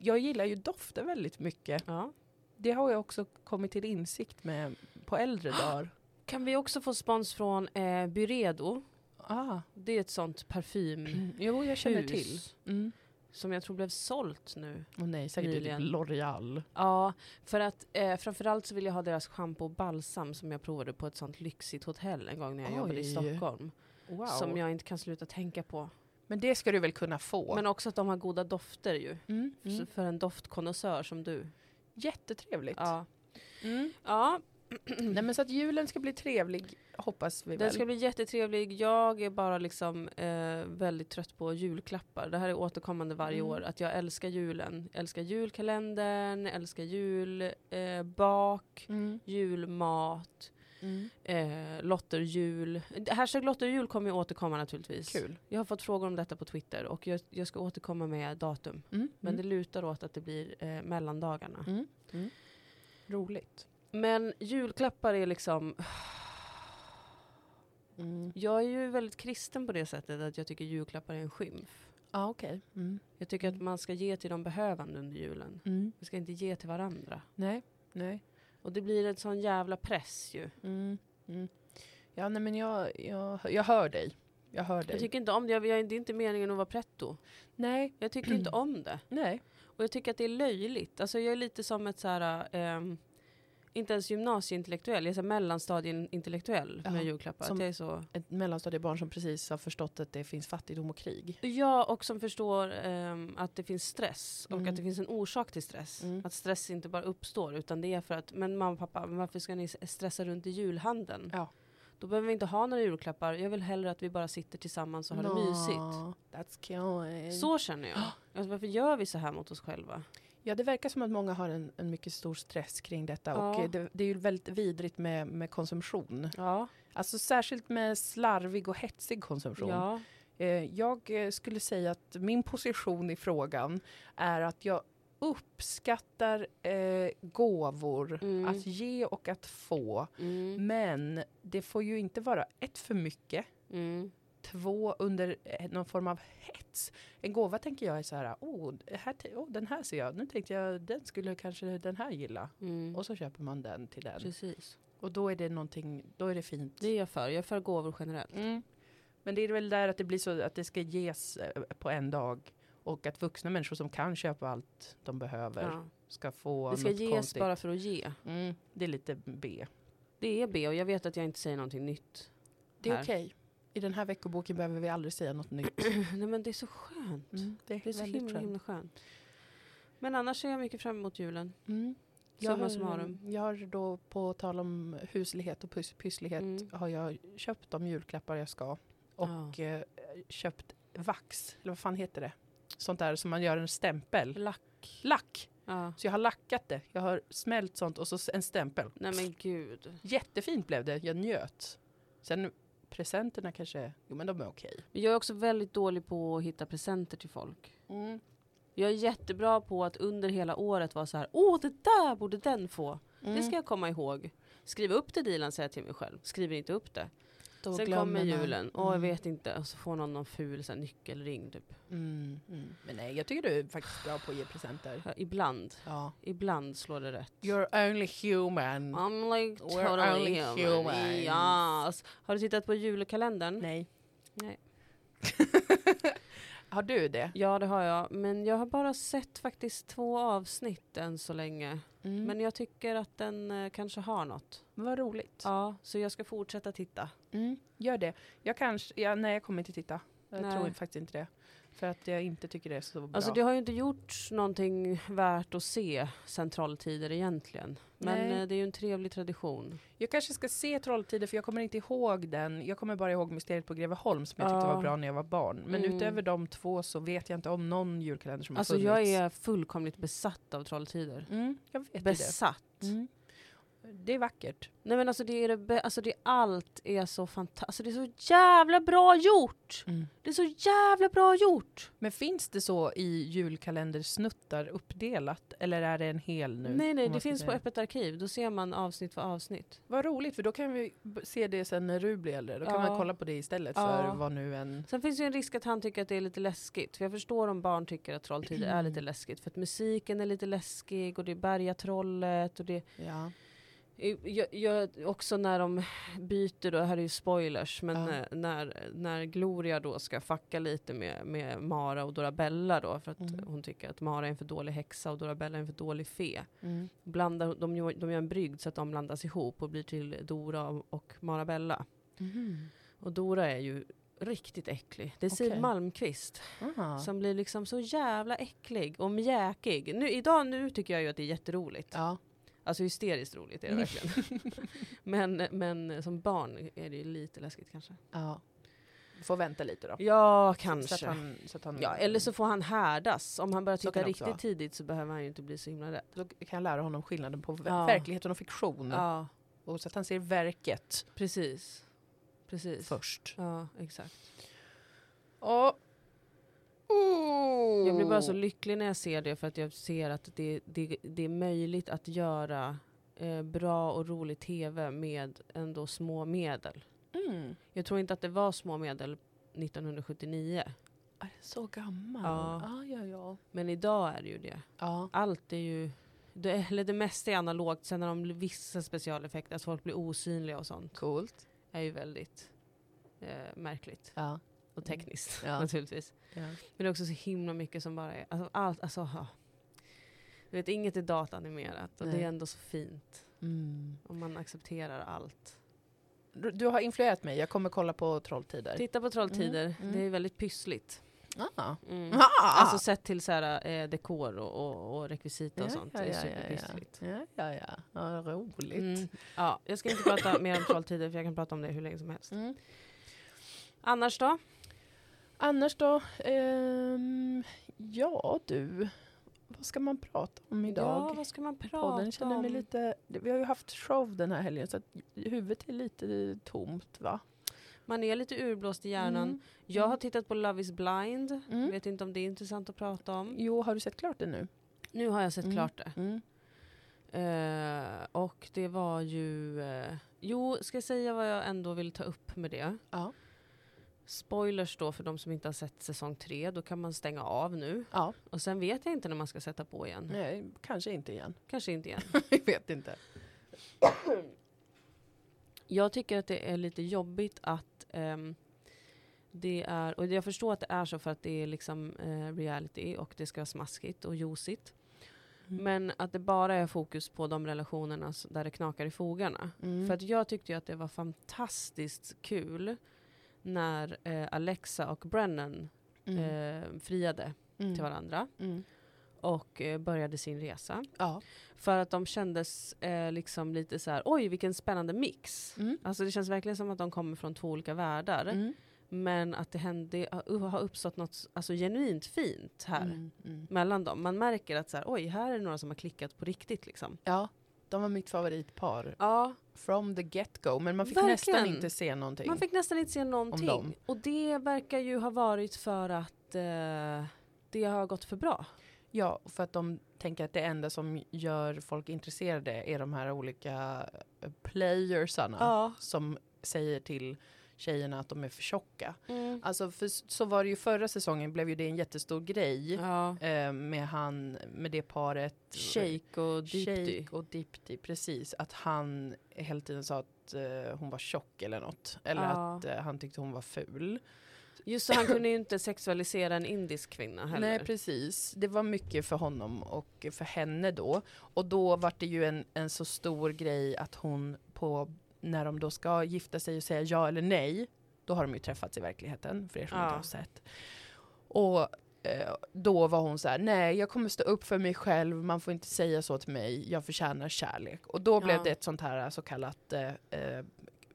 A: Jag gillar ju dofter väldigt mycket.
B: Ja.
A: Det har jag också kommit till insikt med på
B: Ah!
A: äldre dagar.
B: Kan vi också få spons från eh, Byredo?
A: Ah,
B: Det är ett sånt parfym
A: jo, jag Mm. känner
B: Hus.
A: till. Mm.
B: som jag tror blev sålt nu.
A: Åh nej, säkert är det typ
B: Nyligen.
A: L'Oreal.
B: Ja, för att eh, framförallt så vill jag ha deras shampoo och balsam som jag provade på ett sånt lyxigt hotell en gång när jag jobbade
A: Oj.
B: i Stockholm.
A: Wow.
B: Som jag inte kan sluta tänka på.
A: Men det ska du väl kunna få?
B: Men också att de har goda dofter ju.
A: mm.
B: Så
A: Mm.
B: För en doftkonnässör som du.
A: Jättetrevligt.
B: Ja.
A: Mm.
B: ja,
A: Nej, men så att julen ska bli trevlig hoppas vi
B: den
A: väl.
B: ska bli jättetrevlig. Jag är bara liksom eh, väldigt trött på julklappar. Det här är återkommande varje
A: Mm.
B: år. Att jag älskar julen. Älskar julkalendern, älskar julbak, eh, bak,
A: Mm.
B: julmat.
A: Mm.
B: Eh, lotterjul. Det- Hashtag lotterjul kommer ju återkomma naturligtvis.
A: Kul.
B: Jag har fått frågor om detta på Twitter och jag, jag ska återkomma med datum.
A: Mm.
B: Men
A: Mm.
B: det lutar åt att det blir eh, mellandagarna.
A: Mm. Mm. Roligt.
B: Men julklappar är liksom...
A: Mm.
B: Jag är ju väldigt kristen på det sättet att jag tycker julklappar är en skymf.
A: Ja, okej. Mm.
B: Jag tycker att
A: Mm.
B: man ska ge till de behövande under julen.
A: Mm.
B: Vi ska inte ge till varandra.
A: Nej, nej.
B: Och det blir en sån jävla press ju.
A: Mm. Mm. Ja, nej men jag, jag, jag hör dig. Jag hör dig.
B: Jag tycker inte om det. Jag, jag, det är inte meningen att vara pretto.
A: nej,
B: Jag tycker inte om det.
A: nej.
B: Och jag tycker att det är löjligt. Alltså jag är lite som ett så här... ehm, inte ens gymnasieintellektuell, jag är så här mellanstadieintellektuell
A: Jaha.
B: med julklappar.
A: Som-
B: Som... Jag är så...
A: Ett mellanstadiebarn som precis har förstått att det finns fattigdom och krig.
B: Ja, och som förstår ehm, att det finns stress och
A: Mm.
B: att det finns en orsak till stress.
A: Mm.
B: Att stress inte bara uppstår utan det är för att, men mamma och pappa, men varför ska ni s- stressa runt i julhandeln?
A: Ja.
B: Då behöver vi inte ha några julklappar, jag vill hellre att vi bara sitter tillsammans och har det mysigt.
A: That's cute.
B: Så känner jag. Alltså, varför gör vi så här mot oss själva?
A: Ja, det verkar som att många har en, en mycket stor stress kring detta. Och
B: Ja.
A: eh, det, det är ju väldigt vidrigt med, med konsumtion.
B: Ja,
A: Alltså särskilt med slarvig och hetsig konsumtion.
B: ja.
A: Eh, jag eh, skulle säga att min position i frågan är att jag uppskattar eh, gåvor,
B: Mm.
A: att ge och att få.
B: Mm.
A: Men det får ju inte vara ett för mycket,
B: Mm.
A: två under eh, någon form av hets. En gåva tänker jag är så här, oh, det här t- oh, den här ser jag, nu tänkte jag den skulle kanske den här gilla.
B: Mm.
A: Och så köper man den till den.
B: Precis.
A: Och då är det någonting, då är det fint.
B: Det är jag för, jag är för gåvor generellt.
A: Mm. Men det är väl där att det blir så att det ska ges eh, på en dag och att vuxna människor som kan köpa allt de behöver
B: Ja.
A: ska få
B: Det ska
A: något
B: ges
A: konstigt.
B: bara för att ge.
A: Mm, det är lite B.
B: Det är B och jag vet att jag inte säger någonting nytt.
A: Det är
B: Här.
A: okej. I den här veckoboken behöver vi aldrig säga något nytt.
B: Nej men det är så skönt.
A: det är,
B: Det är så
A: Mm. väldigt
B: himla,
A: skönt.
B: himla skönt. Men annars ser jag mycket fram emot julen.
A: Mm.
B: Summa
A: har,
B: summarum.
A: jag har då på tal om huslighet och pys- pysslighet
B: Mm.
A: har jag köpt de julklappar jag ska och eh, köpt vax, eller vad fan heter det? Sånt där som man gör en stämpel.
B: Lack.
A: Lack!
B: Ja.
A: Så jag har lackat det. Jag har smält sånt och så s- en stämpel.
B: Nej men gud.
A: Jättefint blev det. Jag njöt. Sen presenterna kanske, jo men de är okej.
B: Men Jag är också väldigt dålig på att hitta presenter till folk. Jag är jättebra på att under hela året vara så här. Åh, det där borde den få.
A: Mm.
B: Det ska jag komma ihåg. Skriv upp det Dilan, säger jag till mig själv. Skriver inte upp det.
A: Då
B: Sen
A: glömmer
B: kommer
A: man.
B: julen. Åh, jag
A: Mm.
B: vet inte. Och så får någon någon ful så här, nyckelring typ.
A: Mm. Mm. Men nej, jag tycker du är faktiskt bra på att ge presenter.
B: Ja, Ibland.
A: Ja.
B: Ibland slår det rätt.
A: You're only human.
B: I'm like
A: We're
B: totally
A: only
B: human.
A: humans.
B: Yes. Har du tittat på julkalendern?
A: Nej.
B: Nej.
A: har du det?
B: Ja, det har jag. Men jag har bara sett faktiskt två avsnitt än så länge.
A: Mm.
B: Men jag tycker att den eh, kanske har något.
A: Vad roligt.
B: Ja, så jag ska fortsätta titta.
A: Mm. Gör det. Jag kanske, ja, nej jag kommer inte titta. Jag
B: Nej.
A: tror faktiskt inte det. För att jag inte tycker det är så bra.
B: Alltså det har ju inte gjorts någonting värt att se sen trolltider egentligen. Men
A: Nej.
B: eh, det är ju en trevlig tradition.
A: Jag kanske ska se Trolltider för jag kommer inte ihåg den. Jag kommer bara ihåg Mysteriet på Greveholm som jag tyckte
B: Ja.
A: var bra när jag var barn. Men
B: Mm.
A: utöver de två så vet jag inte om någon julkalender som
B: Alltså
A: har
B: jag
A: funnits.
B: är fullkomligt besatt av trolltider.
A: Mm, jag vet ju
B: Besatt.
A: det. Mm. Det är vackert.
B: Nej men alltså det är det bä- alltså det allt är så fantastiskt. Alltså det är så jävla bra gjort! Det är så jävla bra gjort!
A: Men finns det så i julkalendersnuttar uppdelat? Eller är det en hel nu?
B: nej nej,
A: Om man
B: det
A: ska
B: finns på
A: säga.
B: Öppet arkiv. Då ser man avsnitt för avsnitt.
A: Vad roligt, för då kan vi b- se det sen när du blir äldre. Då kan
B: Ja.
A: man kolla på det istället
B: Ja.
A: för vad nu en...
B: Sen finns ju en risk att han tycker att det är lite läskigt. För jag förstår om barn tycker att Trolltider är lite läskigt. För att musiken är lite läskig och det är Bergatrollet och det...
A: Ja.
B: Eh, Jag, jag, också när de byter, då, här är ju spoilers, men
A: Ja.
B: eh, när, när Gloria då ska facka lite med, med Mara och Dorabella då. För att
A: Mm.
B: hon tycker att Mara är en för dålig häxa och Dorabella är en för dålig fe.
A: Mm.
B: Blandar, de, gör- de gör en brygd så att de blandas ihop och blir till Dora och- och Marabella.
A: Mhm.
B: Och Dora är ju riktigt äcklig. Det är Siw
A: Okej.
B: Malmkvist.
A: Ah.
B: Som blir liksom så jävla äcklig och mjäkig. Nu, idag nu tycker jag ju att det är jätteroligt.
A: Ja.
B: Alltså hysteriskt roligt är det verkligen. men, men som barn är det ju lite läskigt kanske.
A: ja. Får vänta lite då.
B: Ja,
A: Så att
B: kanske.
A: han, så att han,
B: Ja, eller så får han härdas. Om han börjar
A: Så kan
B: titta
A: det också
B: riktigt
A: vara.
B: tidigt så behöver han ju inte bli så himla rädd.
A: Då kan jag lära honom skillnaden på ver-
B: Ja.
A: verkligheten och fiktion.
B: Ja,
A: Och så att han ser verket
B: precis. Precis.
A: först.
B: Ja, exakt.
A: Ja.
B: Jag
A: Oh.
B: blir bara så lycklig när jag ser det för att jag ser att det, det, det är möjligt att göra eh, bra och rolig tv med ändå små medel.
A: Mm.
B: Jag tror inte att det var små medel 1979,
A: Är den så gammal?
B: Ja.
A: Ah, ja, ja.
B: men idag är det ju det.
A: ja.
B: Allt är ju, det, eller det mesta är analogt. Sen har de vissa specialeffekter, att folk blir osynliga och sånt,
A: Coolt.
B: är ju väldigt eh, märkligt
A: Ja.
B: och tekniskt
A: Mm. Ja.
B: naturligtvis.
A: Ja.
B: Men det är också så himla mycket som bara är, alltså, allt, alltså, ja. Du vet, inget är datanimerat och det
A: Nej.
B: är ändå så fint.
A: Mm.
B: Om man accepterar allt.
A: Du du har influerat mig, jag kommer kolla på Trolltider.
B: Titta på Trolltider,
A: mm.
B: det är väldigt pyssligt.
A: Ah.
B: Mm.
A: Ah!
B: Alltså sett till så här, eh, dekor och, och, och rekvisita
A: Ja,
B: och sånt.
A: ja,
B: det är
A: ja, ja,
B: superpyssligt.
A: Ja, ja, ja. ja roligt.
B: Mm. Ja, jag ska inte prata mer om Trolltider för jag kan prata om det hur länge som helst.
A: Mm.
B: Annars då?
A: Annars då? Ehm, ja du, vad ska man prata om
B: Ja,
A: idag?
B: vad ska man prata
A: Podden känner
B: om?
A: mig lite, vi har ju haft show den här helgen så att huvudet är lite tomt va?
B: Man är lite urblåst i hjärnan.
A: Mm.
B: Jag har tittat på Love is blind.
A: Mm.
B: Vet inte om det är intressant att prata om.
A: Jo, har du sett klart det nu?
B: Nu har jag sett
A: Mm.
B: klart det. Eh, och det var ju... Eh, jo, ska jag säga vad jag ändå vill ta upp med det?
A: Ja.
B: Spoilers då för de som inte har sett säsong tre. Då kan man stänga av nu.
A: Ja,
B: Och sen vet jag inte när man ska sätta på igen.
A: nej, kanske inte igen.
B: Kanske inte igen.
A: Vi vet inte.
B: Jag tycker att det är lite jobbigt att ehm, det är, och jag förstår att det är så för att det är liksom eh, reality och det ska vara smaskigt och juicigt.
A: Mm.
B: Men att det bara är fokus på de relationerna s- där det knakar i fogarna.
A: Mm.
B: För att jag tyckte ju att det var fantastiskt kul när eh, Alexa och Brennan
A: mm.
B: eh, friade
A: Mm.
B: till varandra
A: Mm.
B: och eh, började sin resa.
A: Ja.
B: För att de kändes eh, liksom lite så här: oj vilken spännande mix.
A: Mm.
B: Alltså det känns verkligen som att de kommer från två olika världar.
A: Mm.
B: Men att det, hände, det har- har uppstått något alltså, genuint fint här
A: Mm. Mm.
B: mellan dem. Man märker att så här, oj, här är det några som har klickat på riktigt. Liksom.
A: Ja, de var mitt favoritpar
B: Ja,
A: from the get-go men man fick
B: Verkligen.
A: nästan inte se någonting.
B: man fick nästan inte se
A: dem.
B: någonting. Och det verkar ju ha varit för att eh, det har gått för bra.
A: Ja, för att de tänker att det enda som gör folk intresserade är de här olika eh, playersarna
B: Ja.
A: som säger till tjejerna att de är för tjocka.
B: Mm.
A: Alltså, för s- så var det ju förra säsongen, blev ju det en jättestor grej
B: ja.
A: eh, med han, med det paret.
B: Shake och Deepdy.
A: Shake och Dipti, precis. Att han hela tiden sa att eh, hon var tjock eller något. Eller
B: Ja.
A: att eh, han tyckte hon var ful.
B: Just så, han kunde ju inte sexualisera en indisk kvinna heller.
A: Nej precis, det var mycket för honom och för henne då. Och då var det ju en, en så stor grej att hon på, när de då ska gifta sig och säga ja eller nej, då har de ju träffats i verkligheten för er som
B: Ja.
A: inte har sett. Och eh, då var hon så här, nej jag kommer stå upp för mig själv, man får inte säga så till mig, jag förtjänar kärlek. Och då blev
B: Ja.
A: det ett sånt här så kallat eh, eh,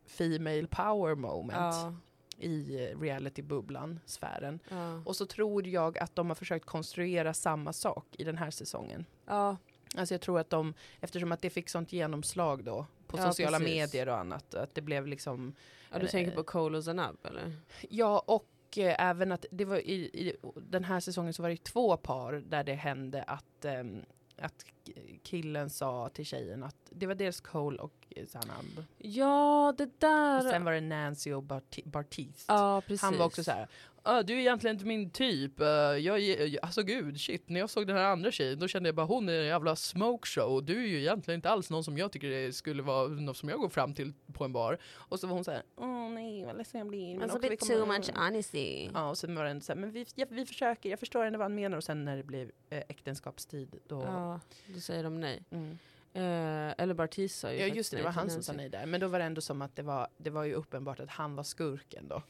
A: Female power moment
B: ja.
A: i eh, reality-bubblan, sfären.
B: Ja.
A: Och så tror jag att de har försökt konstruera samma sak i den här säsongen.
B: ja.
A: Alltså jag tror att de, eftersom att det fick sånt genomslag då på
B: Ja,
A: sociala
B: precis.
A: medier och annat, att det blev liksom,
B: ja, du tänker på Cole och Zanab eller?
A: ja och eh, även att det var i, i den här säsongen så var det två par där det hände att ehm, att k- killen sa till tjejen att det var dels Cole och eh, Sanab.
B: Ja, det där.
A: Och sen var det Nancy och Barti- Bartiste.
B: Ja, precis.
A: Han var också så här. "Ah, du är egentligen inte min typ. Eh, jag, är- alltså gud, shit, när jag såg den här andra tjejen då kände jag bara hon är en jävla smokeshow. Du är ju egentligen inte alls någon som jag tycker det skulle vara något som jag går fram till på en bar. Och så var hon så här, åh nej vad ledsen jag blir. men
B: Alltså,
A: också, vi kommer-
B: honesty.
A: Ja, och sen var det ändå så här, men vi, ja, vi försöker, jag förstår ändå vad han menar. Och sen när det blev eh, äktenskapstid då.
B: Ja, då säger de nej.
A: Mm.
B: Eh, eller Bartis sa ju
A: Ja
B: faktiskt
A: just det, det var
B: nej till
A: han som
B: Nancy.
A: sa nej där. Men då var det ändå som att det var, det var ju uppenbart att han var skurken då.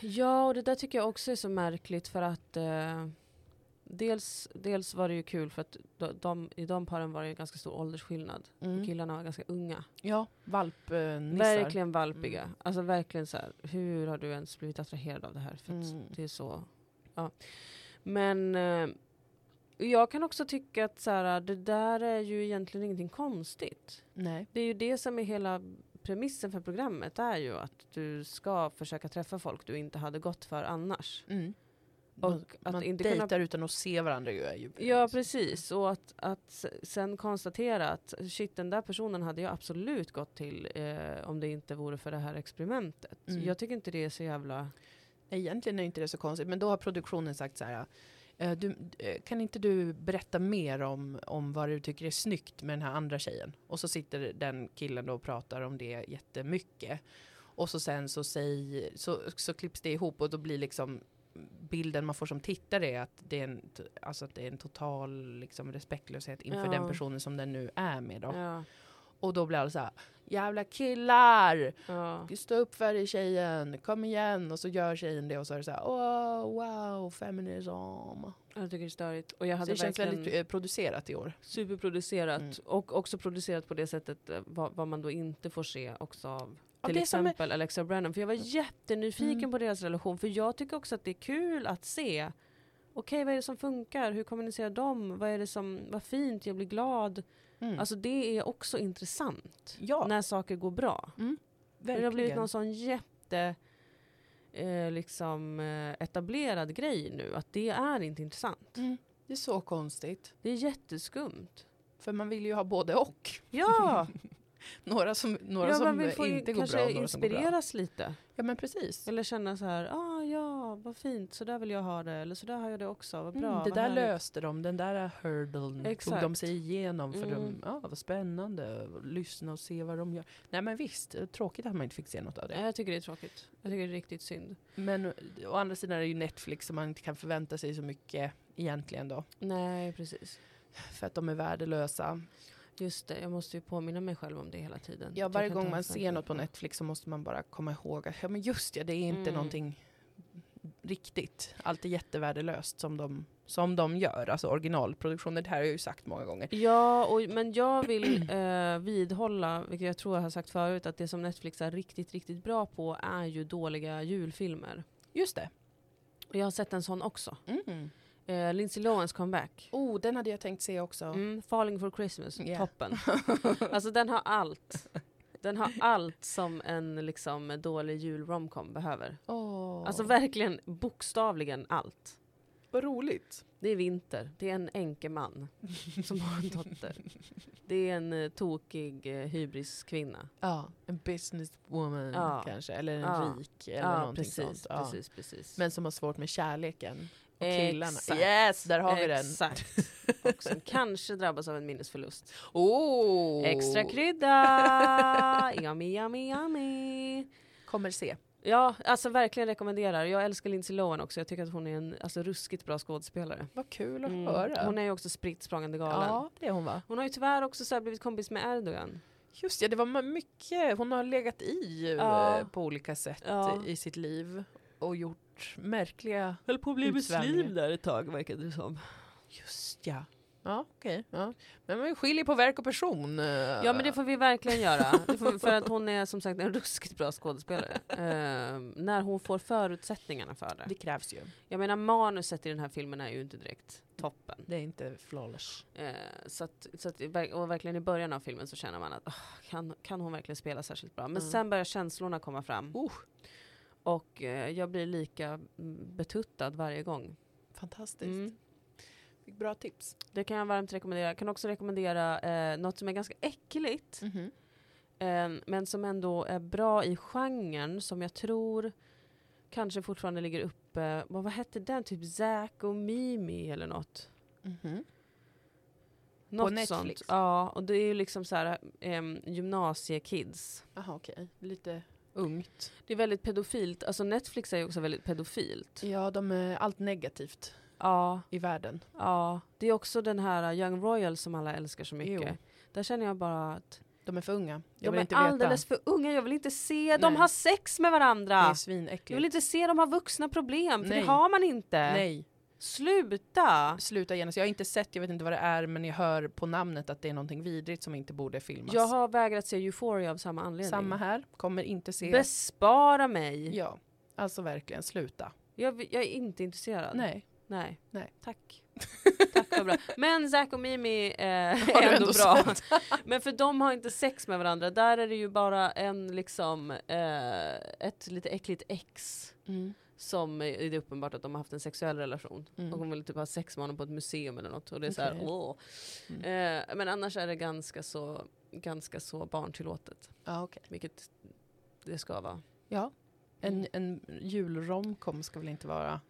B: Ja, och det där tycker jag också är så märkligt för att eh, dels, dels var det ju kul för att de, de, i de paren var det ju ganska stor åldersskillnad.
A: Mm.
B: Killarna var ganska unga.
A: Ja, valpnissar.
B: Mm. Verkligen valpiga.
A: Mm.
B: Alltså verkligen så här, hur har du ens blivit attraherad av det här? För att
A: Mm.
B: det är så, ja. Men eh, jag kan också tycka att så här, det där är ju egentligen ingenting konstigt.
A: Nej.
B: Det är ju det som är hela premissen för programmet är ju att du ska försöka träffa folk du inte hade gått för annars.
A: Mm. Man-
B: Och att
A: man
B: inte kunna
A: dejtar utan att se varandra ju är ju
B: Ja precis och att, att sen konstatera att shit den där personen hade jag absolut gått till eh, om det inte vore för det här experimentet.
A: Mm.
B: Jag tycker inte det är så jävla...
A: Nej, Egentligen är inte det så konstigt, men då har produktionen sagt så här. eh, Du, eh, kan inte du berätta mer om, om vad du tycker är snyggt med den här andra tjejen? Och så sitter den killen då och pratar om det jättemycket. Och så sen så, säg, så, så klipps det ihop och då blir liksom bilden man får som tittare är att det är en, t- alltså att det är en total liksom, respektlöshet inför
B: Ja.
A: den personen som den nu är med. Då.
B: Ja,
A: Och då blir alla så här, jävla killar!
B: ja,
A: stå upp för dig tjejen, kom igen. Och så gör tjejen det och så är det så här, oh, wow, feminism.
B: jag tycker det är störigt. Och jag
A: Så
B: hade
A: det känns
B: verkligen
A: väldigt eh, producerat i år.
B: superproducerat
A: Mm.
B: och också producerat på det sättet eh, vad, vad man då inte får se också av
A: Ja,
B: till
A: det är som är-
B: exempel Alexa Branham. För jag var jättenyfiken
A: Mm.
B: på deras relation för jag tycker också att det är kul att se Okej, vad är det som funkar? Hur kommunicerar de? Vad är det som, vad fint, jag blir glad.
A: Mm.
B: Alltså det är också intressant.
A: ja,
B: När saker går bra.
A: verkligen.
B: Det har blivit någon sån jätte eh, liksom eh, etablerad grej nu. Att det är inte intressant.
A: mm. Det är så konstigt.
B: Det är jätteskumt.
A: För man vill ju ha både och.
B: Ja!
A: Några som, några
B: ja
A: som
B: man vill få in-
A: inte går
B: kanske Mm,
A: bra och några som går bra.
B: inspireras lite.
A: Ja men precis.
B: Eller känna så här, ah, ja vad fint, så där vill jag ha det. Eller så där har jag det också, vad bra.
A: Mm, det
B: vad
A: där
B: härligt."
A: löste de, den där hurdlen tog de
B: Exakt.
A: sig igenom för
B: Mm.
A: de, ja vad spännande, lyssna och se vad de gör. Nej men visst, tråkigt att man inte fick se något av det.
B: Nej, Jag tycker det är tråkigt. Jag tycker det är riktigt synd.
A: Men å- å andra sidan är det ju Netflix som man inte kan förvänta sig så mycket egentligen då.
B: Nej, precis.
A: För att de är värdelösa.
B: Just det, jag måste ju påminna mig själv om det hela tiden.
A: Ja,
B: Jag
A: varje
B: kan inte
A: gång man
B: ens
A: ser
B: tänka
A: något på Netflix så måste man bara komma ihåg att ja, men just ja, det är inte
B: Mm.
A: någonting riktigt. Allt är jättevärdelöst som de, som de gör, alltså originalproduktionen. Det här har jag ju sagt många gånger.
B: Ja, och, men jag vill eh, vidhålla, vilket jag tror jag har sagt förut, att det som Netflix är riktigt, riktigt bra på är ju dåliga julfilmer.
A: Just det.
B: Och jag har sett en sån också.
A: Mm.
B: Eh, Lindsay Lohans comeback.
A: Oh, den hade jag tänkt se också.
B: Mm, Falling for Christmas,
A: Yeah.
B: toppen. Alltså den har allt. Den har allt som en liksom, dålig julromcom behöver.
A: Åh,
B: Alltså verkligen bokstavligen allt.
A: vad roligt.
B: Det är vinter, det är en enkeman som har en dotter. Det är en eh, tokig eh, hybriskvinna.
A: Ja, en businesswoman
B: Ja.
A: kanske, eller en
B: Ja.
A: rik eller någonting
B: precis,
A: sånt. Ja.
B: precis, precis.
A: Men som har svårt med kärleken och
B: Exakt.
A: killarna. Yes, där har vi den.
B: Exakt. Och som kanske drabbas av en minnesförlust.
A: Oh.
B: Extra krydda! Yummy, yummy, yummy!
A: Kommer se.
B: Ja, alltså verkligen rekommenderar. Jag älskar Lindsay Lohan också. Jag tycker att hon är en alltså, ruskigt bra skådespelare.
A: Vad kul att
B: Mm.
A: höra.
B: Hon är ju också spritt språngande galen.
A: ja, det är hon va?
B: Hon har ju tyvärr också så här blivit kompis med Erdogan.
A: Just ja, det var ma- mycket. Hon har legat i eh,
B: Ja.
A: på olika sätt
B: Ja.
A: i sitt liv och gjort märkliga...
B: Höll på att
A: bli muslim
B: där ett tag verkade det som.
A: Just ja. Ja, okej. Ja. Men man skiljer på verk och person. eh.
B: Ja men det får vi verkligen göra. Det får, för att hon är som sagt en ruskigt bra skådespelare. Ehm, när hon får förutsättningarna för det.
A: det krävs ju.
B: Jag menar manuset i den här filmen är ju inte direkt toppen.
A: Det är inte flawless.
B: Eh, så att, så att, ver- och verkligen i början av filmen så känner man att "Åh, kan, kan hon verkligen spela särskilt bra? Men
A: Mm.
B: sen börjar känslorna komma fram.
A: Oh.
B: Och eh, jag blir lika mm, betuttad varje gång.
A: Fantastiskt.
B: Mm.
A: Fick bra tips.
B: Det kan jag varmt rekommendera. Jag kan också rekommendera eh, något som är ganska äckligt.
A: Mm.
B: Eh, men som ändå är bra i genren. Som jag tror kanske fortfarande ligger uppe. Vad, vad hette den? Typ Zack och Mimi eller något. Mm-hmm.
A: Mhm.
B: Något
A: Netflix?
B: Sånt. Ja, och det är ju liksom så här ehm, gymnasiekids.
A: Jaha, okej. Lite ungt.
B: Det är väldigt pedofilt. Alltså Netflix är ju också väldigt pedofilt.
A: Ja, de är allt negativt
B: Ja,
A: i världen.
B: ja. Det är också den här eh, Young Royal som alla älskar så mycket.
A: Jo.
B: Där känner jag bara att
A: De är för unga. Jag
B: de
A: vill
B: är
A: inte veta.
B: alldeles för unga. Jag vill inte se dem
A: Nej.
B: ha sex med varandra.
A: Det är
B: jag
A: svinäckligt.
B: vill inte se dem ha vuxna problem, för
A: Nej.
B: det har man inte.
A: Nej,
B: Sluta!
A: sluta genast. Jag har inte sett, jag vet inte vad det är, men jag hör på namnet att det är någonting vidrigt som inte borde filmas.
B: Jag har vägrat se Euphoria av samma anledning.
A: Samma här, kommer inte se.
B: Bespara mig!
A: ja, alltså verkligen, sluta.
B: Jag, jag är inte intresserad.
A: Nej.
B: Nej.
A: Nej.
B: Tack. Tack vad bra. Men Zack och Mimi eh,
A: du
B: är ändå,
A: ändå
B: bra. Men för de har inte sex med varandra. Där är det ju bara en liksom eh, ett lite äckligt ex som eh, det är uppenbart att de har haft en sexuell relation.
A: Mm.
B: Och hon vill typ ha sex med honom på ett museum eller något. Och det är så
A: Okej.
B: här, åh.
A: Mm.
B: Eh, men annars är det ganska så, ganska så barntillåtet.
A: Ja, okej.
B: Vilket det ska vara.
A: Ja. En,
B: Mm.
A: en julromkom ska väl inte vara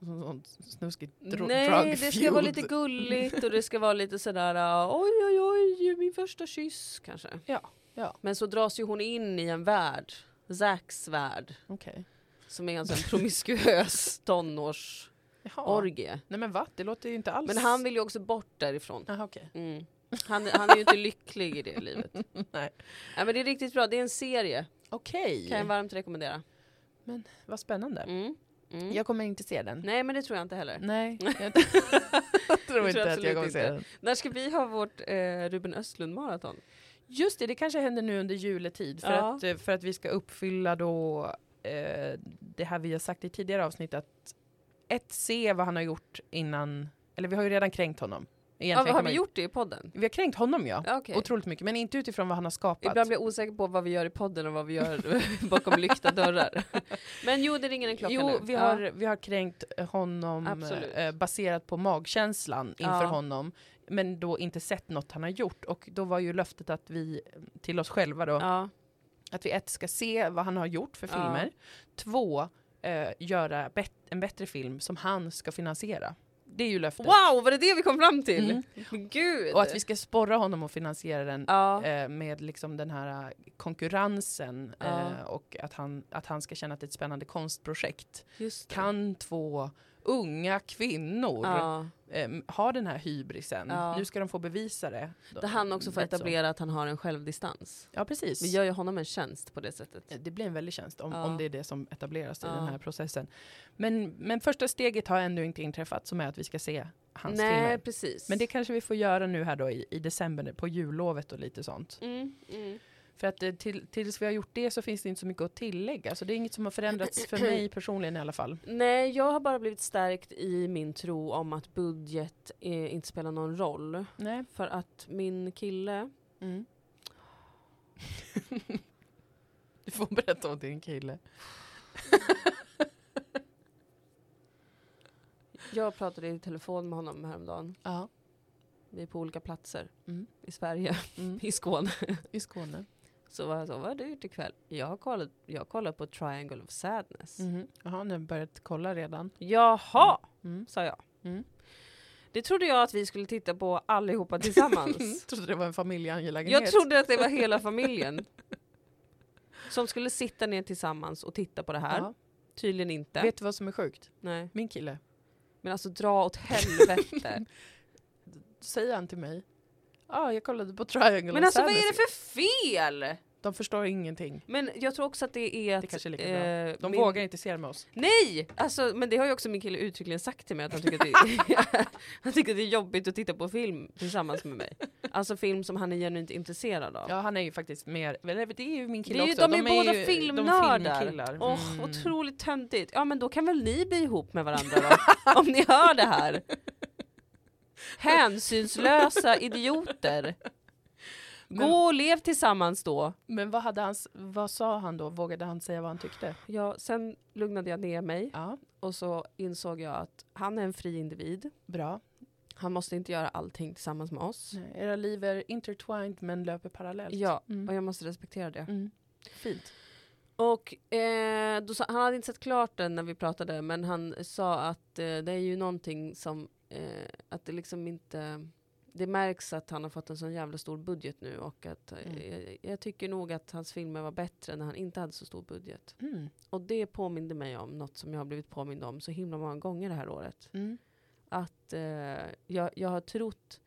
A: sån, sån snuskigt dro-
B: Nej, det ska vara
A: drug-fueled.
B: lite gulligt och det ska vara lite sådär ah, oj oj oj, min första kyss kanske.
A: Ja, ja.
B: Men så dras ju hon in i en värld, Zacks värld,
A: Okej.
B: som är alltså en promiskuös tonårsorgie.
A: Jaha. Nej men va? Det låter ju inte alls...
B: Men han vill ju också bort därifrån.
A: Jaha, okej.
B: Mm. Han, han är ju inte lycklig i det livet.
A: Nej.
B: Nej, men det är riktigt bra, det är en serie.
A: Okej.
B: Kan jag varmt rekommendera.
A: Vad spännande.
B: Mm. Mm.
A: Jag kommer inte se den.
B: Nej men det tror jag inte heller.
A: Nej, jag tror,
B: tror
A: inte att
B: absolut
A: jag kommer se
B: inte.
A: den.
B: När ska vi ha vårt eh, Ruben Östlund-maraton?
A: Just det, det kanske händer nu under juletid för,
B: Ja.
A: att, eh, för att vi ska uppfylla då eh, det här vi har sagt i tidigare avsnitt att ett, se vad han har gjort innan, eller vi har ju redan kränkt honom.
B: Ja,
A: Egentligen
B: har
A: kan
B: vi
A: man-
B: gjort det i podden?
A: Vi har kränkt honom ja,
B: Ja, okej.
A: otroligt mycket, men inte utifrån vad han har skapat.
B: Ibland blir jag osäker på vad vi gör i podden och vad vi gör bakom lyckta dörrar. Men jo, det ringer en klocka
A: Jo,
B: nu.
A: vi
B: Ja.
A: har, vi har kränkt eh, honom
B: Absolut.
A: eh, baserat på magkänslan inför
B: Ja.
A: honom. Men då inte sett något han har gjort. Och då var ju löftet att vi, till oss själva då,
B: Ja.
A: att vi ett ska se vad han har gjort för
B: Ja.
A: filmer. Två, eh, göra bet- en bättre film som han ska finansiera. Det är ju löftet.
B: Wow, var det det vi kom fram till?
A: Mm.
B: Men Gud!
A: Och att vi ska sporra honom att finansiera den
B: ja.
A: eh, med liksom den här eh, konkurrensen
B: Ja.
A: eh, och att han, att han ska känna att det är ett spännande konstprojekt.
B: Just det.
A: Kan två unga kvinnor
B: ja.
A: eh, ha den här hybrisen?
B: Ja.
A: Nu ska de få bevisa det.
B: Där han också får
A: Rätt så.
B: etablera att han har en självdistans.
A: Ja, precis.
B: Vi gör ju honom en tjänst på det sättet.
A: Det blir en väldig tjänst om,
B: Ja.
A: om det är det som etableras i
B: Ja.
A: den här processen. Men, men första steget har ännu inte inträffat som är att vi ska se hans
B: Nej,
A: filmer.
B: precis.
A: Men det kanske vi får göra nu här då i, i december på jullovet och lite sånt.
B: mm, mm.
A: För att eh, till, tills vi har gjort det så finns det inte så mycket att tillägga. Så det är inget som har förändrats för mig personligen i alla fall.
B: Nej, jag har bara blivit stärkt i min tro om att budget eh, inte spelar någon roll.
A: Nej.
B: För att min kille,
A: Mm. du får berätta om din kille.
B: jag pratade i telefon med honom häromdagen.
A: Ja.
B: Vi är på olika platser
A: Mm.
B: i Sverige,
A: Mm.
B: i Skåne.
A: I Skåne.
B: Så var jag så, vad har du gjort ikväll? Jag har kollat, jag har kollat på Triangle of Sadness.
A: Mhm. Jaha, nu har jag börjat kolla redan.
B: Jaha,
A: Mm.
B: sa jag.
A: Mm.
B: Det trodde jag att vi skulle titta på allihopa tillsammans.
A: Trodde det var en familjeangelägenhet.
B: jag trodde att det var hela familjen. Som skulle sitta ner tillsammans och titta på det här.
A: Ja.
B: Tydligen inte.
A: Vet du vad som är sjukt?
B: Nej.
A: Min kille,
B: Men alltså dra åt helvete.
A: säger han till mig. Ja, ah, jag kollade på Triangle
B: Men
A: of
B: alltså vad
A: Sadness."
B: är det för fel?
A: De förstår ingenting.
B: Men jag tror också att det är att...
A: kanske är lika
B: eh,
A: De
B: min-
A: vågar inte se det med oss.
B: Nej! Alltså, men det har ju också min kille uttryckligen sagt till mig att han tycker att, det, han tycker att det är jobbigt att titta på film tillsammans med mig. Alltså film som han är genuint intresserad av.
A: Ja, han är ju faktiskt mer... men Det är ju min kille
B: Det är ju-
A: också.
B: de är båda filmnördar.
A: De filmkillar.
B: Åh,
A: Mm.
B: otroligt töntigt. Ja men då kan väl ni bli ihop med varandra då? Om ni hör det här. Hänsynslösa idioter.
A: Men-
B: Gå och lev tillsammans då.
A: Men vad, hade han, s- vad sa han då? Vågade han säga vad han tyckte?
B: Ja, sen lugnade jag ner mig
A: Ja,
B: och så insåg jag att han är en fri individ.
A: bra.
B: Han måste inte göra allting tillsammans med oss.
A: Nej, Era liv är intertwined men löper parallellt.
B: Ja,
A: Mm.
B: och jag måste respektera det.
A: Mm. Fint.
B: Och eh, då sa, han hade inte sett klart den när vi pratade, men han sa att eh, det är ju någonting som, eh, att det liksom inte, det märks att han har fått en sån jävla stor budget nu och att eh,
A: Mm.
B: jag, jag tycker nog att hans filmer var bättre när han inte hade så stor budget.
A: Mm.
B: Och det påminde mig om något som jag har blivit påmind om så himla många gånger det här året.
A: Mm.
B: Att eh, jag, jag har trott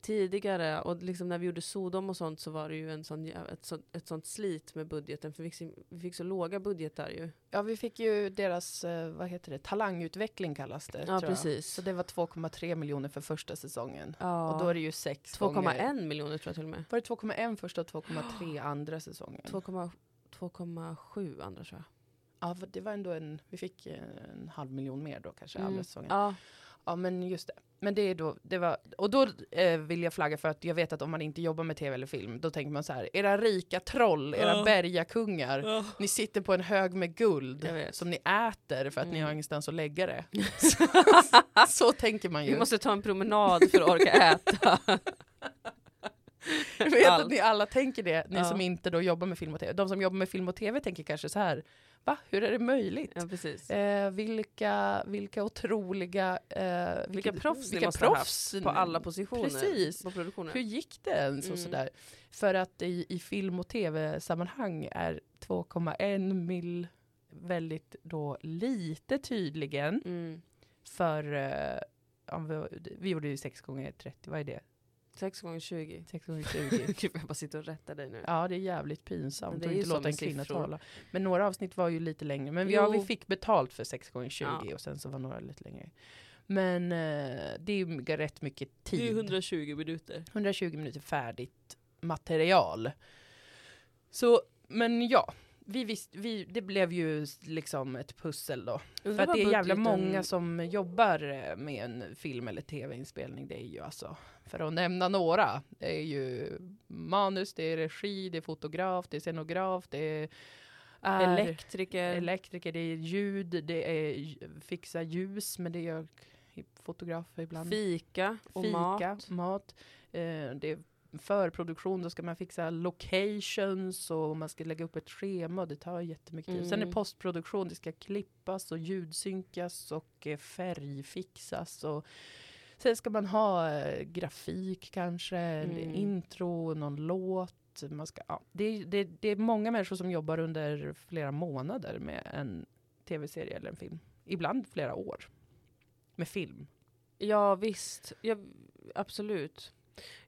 B: tidigare, och liksom när vi gjorde Sodom och sånt så var det ju en sån, jä- ett, sånt, ett sånt slit med budgeten för vi fick, så- vi fick så låga budgetar ju.
A: Ja, vi fick ju deras, eh, vad heter det, talangutveckling kallas det. tror
B: Ja
A: jag.
B: precis.
A: Så det var 2,3 miljoner för första säsongen.
B: ja.
A: Och då är det ju sex gånger.
B: 2,1 miljoner tror jag till och med.
A: Var det 2,1 första och 2,3 andra säsongen?
B: 2,7 2,7 andra tror jag.
A: Ja, för det var ändå en, vi fick eh, en halv miljon mer då kanske
B: Mm.
A: andra säsongen.
B: Ja.
A: Ja, men just det. Men det är då, det var, och då eh, vill jag flagga för att jag vet att om man inte jobbar med tv eller film, då tänker man så här, era rika troll, era
B: Ja.
A: bergakungar, ni sitter på en hög med guld
B: Jag vet.
A: som ni äter för att ni
B: Mm.
A: har ingenstans att lägga det. så, så tänker man ju.
B: Vi måste ta en promenad för att orka äta.
A: Jag vet att
B: Allt.
A: ni alla tänker det, ni
B: Ja.
A: som inte då jobbar med film och tv. De som jobbar med film och tv tänker kanske så här, va, hur är det möjligt?
B: Ja, precis.
A: Eh, vilka, vilka otroliga, eh,
B: Vilka
A: vilket-
B: proffs ni
A: vilka
B: måste ha
A: proffs
B: haft på alla positioner.
A: Precis.
B: På
A: Hur
B: produktionen.
A: gick det ens och
B: Mm.
A: sådär? För att i, i film och tv-sammanhang är 2,1 mil väldigt då lite tydligen
B: Mm.
A: för eh, ja, vi, vi gjorde ju 6 gånger 30 vad är det?
B: 6 gånger 20.
A: 6 gånger 20
B: Gud, jag bara sitter och rättar dig nu.
A: Ja det är jävligt
B: Men
A: pinsamt
B: det
A: att
B: är ju
A: inte låta
B: som
A: en kvinna
B: siffror.
A: tala. Men några avsnitt var ju lite längre. Men vi, ja, vi
B: Jo.
A: fick betalt för 6 gånger 20
B: Ja.
A: och sen så var några lite längre. Men eh, det är ju m- rätt mycket
B: Det är
A: tid.
B: 120 minuter.
A: 120 minuter färdigt material. Så, men ja. Vi visst, vi, det blev ju s- liksom ett pussel då. För att det är jävla många som jobbar eh, med en film eller tv-inspelning. Det är ju alltså, för att nämna några, det är ju manus, det är regi, det är fotograf, det är scenograf, det är är
B: Elektriker.
A: elektriker, det är ljud, det är j- fixa ljus, men det gör k- fotografer ibland
B: Fika och
A: fika,
B: mat.
A: mat. Eh, det är förproduktion, då ska man fixa locations och man ska lägga upp ett schema och det tar jättemycket tid. Sen är
B: Mm.
A: postproduktion, det ska klippas och ljudsynkas och eh, färgfixas. Och sen ska man ha eh, grafik kanske,
B: Mm.
A: intro, någon låt. Man ska, ja, det, är- det, det är många människor som jobbar under flera månader med en tv-serie eller en film. Ibland flera år med film.
B: Ja visst, jag, absolut.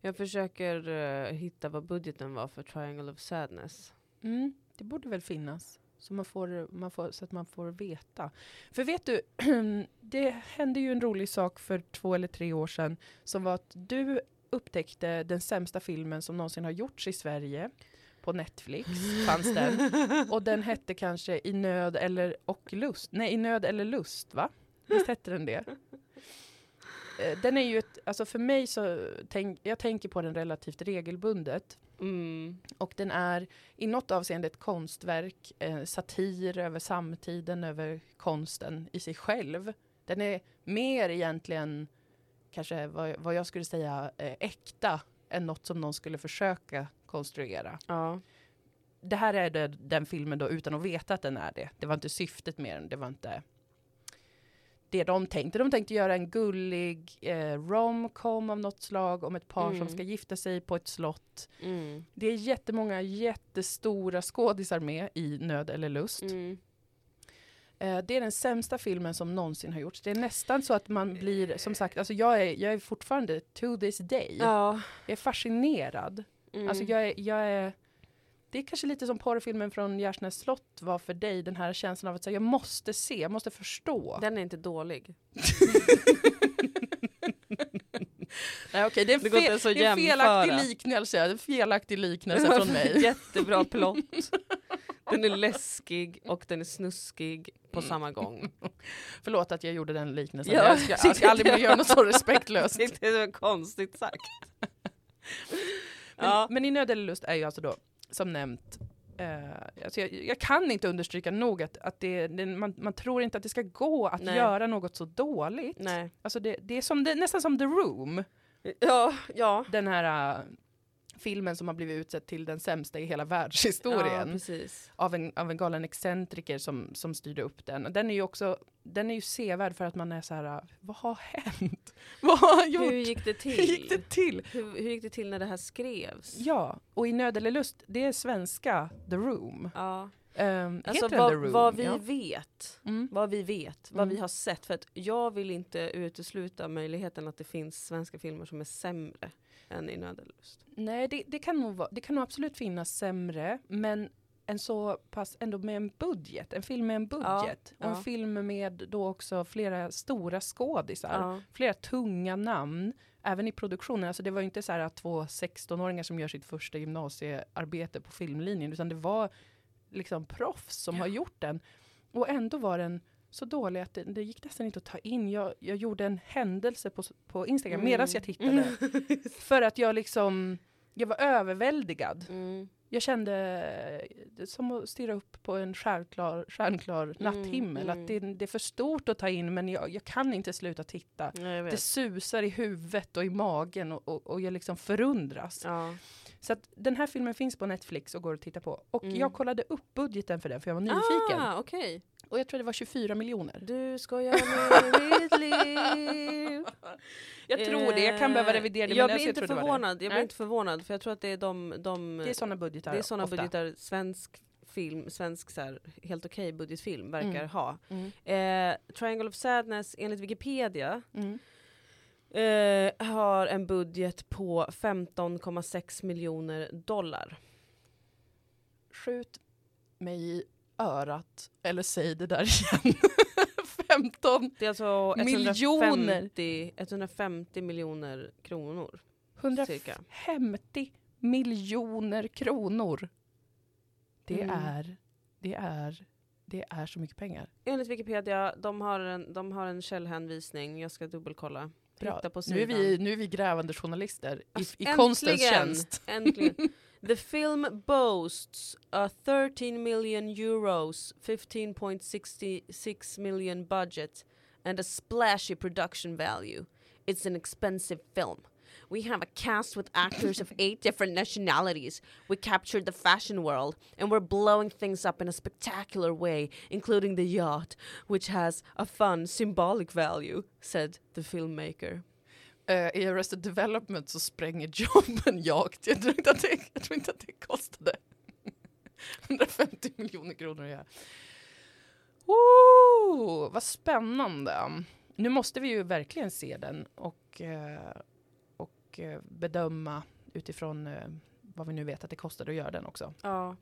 B: Jag försöker eh, hitta vad budgeten var för Triangle of Sadness.
A: Mm, det borde väl finnas. Så, man får, man får, så att man får veta. För vet du, det hände ju en rolig sak för två eller tre år sedan som var att du upptäckte den sämsta filmen som någonsin har gjorts i Sverige. På Netflix fanns den. Och den hette kanske I nöd eller och lust. Nej, I nöd eller lust, va? Visst hette den det? Eh, Den är ju ett, alltså för mig så, tänk, jag tänker på den relativt regelbundet.
B: Mm.
A: Och den är i något avseende ett konstverk, eh, satir över samtiden, över konsten i sig själv. Den är mer egentligen, kanske vad, vad jag skulle säga, eh, äkta än något som någon skulle försöka konstruera.
B: Ja.
A: Det här är det, den filmen då utan att veta att den är det. Det var inte syftet med den, det var inte det de tänkte. De tänkte göra en gullig eh, romcom av något slag om ett par som
B: Mm.
A: ska gifta sig på ett slott.
B: Mm.
A: Det är jättemånga jättestora skådisar med i Nöd eller lust.
B: Mm.
A: Eh, det är den sämsta filmen som någonsin har gjorts. Det är nästan så att man blir, som sagt, alltså jag är, jag är fortfarande to this day.
B: Ja.
A: Jag är fascinerad.
B: Mm.
A: Alltså jag är, jag är, det är kanske lite som porrfilmen från Gärsnäs slott var för dig, den här känslan av att så här, jag måste se, jag måste förstå.
B: Den är inte dålig.
A: Nej, okej, det är,
B: Det går
A: fe-
B: inte ens att
A: det är en
B: jämföra.
A: felaktig liknelse, det är en felaktig liknelse från mig.
B: Jättebra plott. Den är läskig och den är snuskig på samma gång.
A: Förlåt att jag gjorde den liknelsen,
B: Ja.
A: Mm. jag, ska, jag ska aldrig mer göra något så respektlöst.
B: Det är inte så konstigt sagt.
A: Men,
B: Ja.
A: men i nöd eller lust är ju alltså då, som nämnt, eh, alltså jag, jag kan inte understryka nog att, att det, det, man, man tror inte att det ska gå att
B: Nej.
A: göra något så dåligt.
B: Nej.
A: Alltså det, det är som det, nästan som The Room,
B: Ja, ja.
A: den här eh, filmen som har blivit utsett till den sämsta i hela världshistorien
B: Ja, precis.
A: av, en, av en galen excentriker som, som styrde upp den. Och Den är ju också den är ju sevärd för att man är så här, eh, vad har hänt? Vad har han gjort?
B: Hur gick det till?
A: Hur gick det till?
B: Hur, hur gick det till när det här skrevs?
A: Ja, och i Nöd eller lust, det är svenska The Room.
B: Ja.
A: Um,
B: Alltså
A: heter den
B: vad,
A: The Room?
B: vad vi
A: ja.
B: vet.
A: Mm.
B: Vad vi vet, vad
A: Mm.
B: vi har sett. För att jag vill inte utesluta möjligheten att det finns svenska filmer som är sämre än I nöd eller lust.
A: Nej, det, det, kan nog vara, det kan nog absolut finnas sämre, men en så pass, ändå med en budget, en film med en budget. och en
B: ja.
A: film med då också flera stora skådisar.
B: Ja.
A: Flera tunga namn, även i produktionen. Alltså det var ju inte så här att två 16-åringar som gör sitt första gymnasiearbete på filmlinjen, utan det var liksom proffs som har gjort den. Och ändå var den så dålig att det, det gick nästan inte att ta in. Jag, jag gjorde en händelse på, s- på Instagram
B: Mm.
A: medan jag tittade. För att jag liksom, jag var överväldigad.
B: Mm.
A: Jag kände eh, det är som att stirra upp på en stjärnklar, stjärnklar natthimmel.
B: mm.
A: Att det, det är för stort att ta in men jag, jag kan inte sluta titta.
B: Ja, jag
A: Det
B: vet.
A: susar i huvudet och i magen och, och, och jag liksom förundras.
B: Ja.
A: Så att den här filmen finns på Netflix och går att titta på. Och
B: Mm.
A: jag kollade upp budgeten för den för jag var nyfiken.
B: Ah, okej.
A: Och jag tror det var 24 miljoner.
B: Du skojar med mitt liv. Eh,
A: Jag tror det, jag kan behöva revidera det. men
B: Jag
A: alltså,
B: blir inte
A: tror det var det.
B: förvånad, jag blir
A: Nej.
B: inte förvånad för jag tror att det är de, de
A: Det är sådana budgetar
B: det är såna
A: ofta.
B: budgetar svensk film, svensk så här, helt okej budgetfilm verkar
A: Mm.
B: ha.
A: Mm.
B: Eh, Triangle of Sadness enligt Wikipedia
A: Mm.
B: eh, har en budget på 15,6 miljoner dollar.
A: Skjut mig i örat eller säg det där igen. 15.
B: Det är alltså
A: Miljoner.
B: 150, 150 miljoner kronor. Cirka.
A: 150 miljoner kronor. Det
B: Mm.
A: är, det är, det är så mycket pengar.
B: Enligt Wikipedia, de har en, de har en källhänvisning, jag ska dubbelkolla.
A: Bra.
B: Titta på
A: Nu är,
B: sidan.
A: vi, nu är vi grävande journalister i,
B: Alltså,
A: i konstens
B: äntligen!
A: tjänst.
B: Äntligen. The film boasts a 13 million euros, 15.66 million budget and a splashy production value. It's an expensive film. We have a cast with actors of eight different nationalities. We captured the fashion world and we're blowing things up in a spectacular way, including the yacht, which has a fun symbolic value, said the filmmaker.
A: Eh, I Arrested Development så spränger jobben jag. Jag tror inte att det, jag tror inte att det kostade 150 miljoner kronor att göra. Woo, vad spännande. Nu måste vi ju verkligen se den och, eh, och eh, bedöma utifrån eh, vad vi nu vet att det kostade att göra den också.
B: Ja.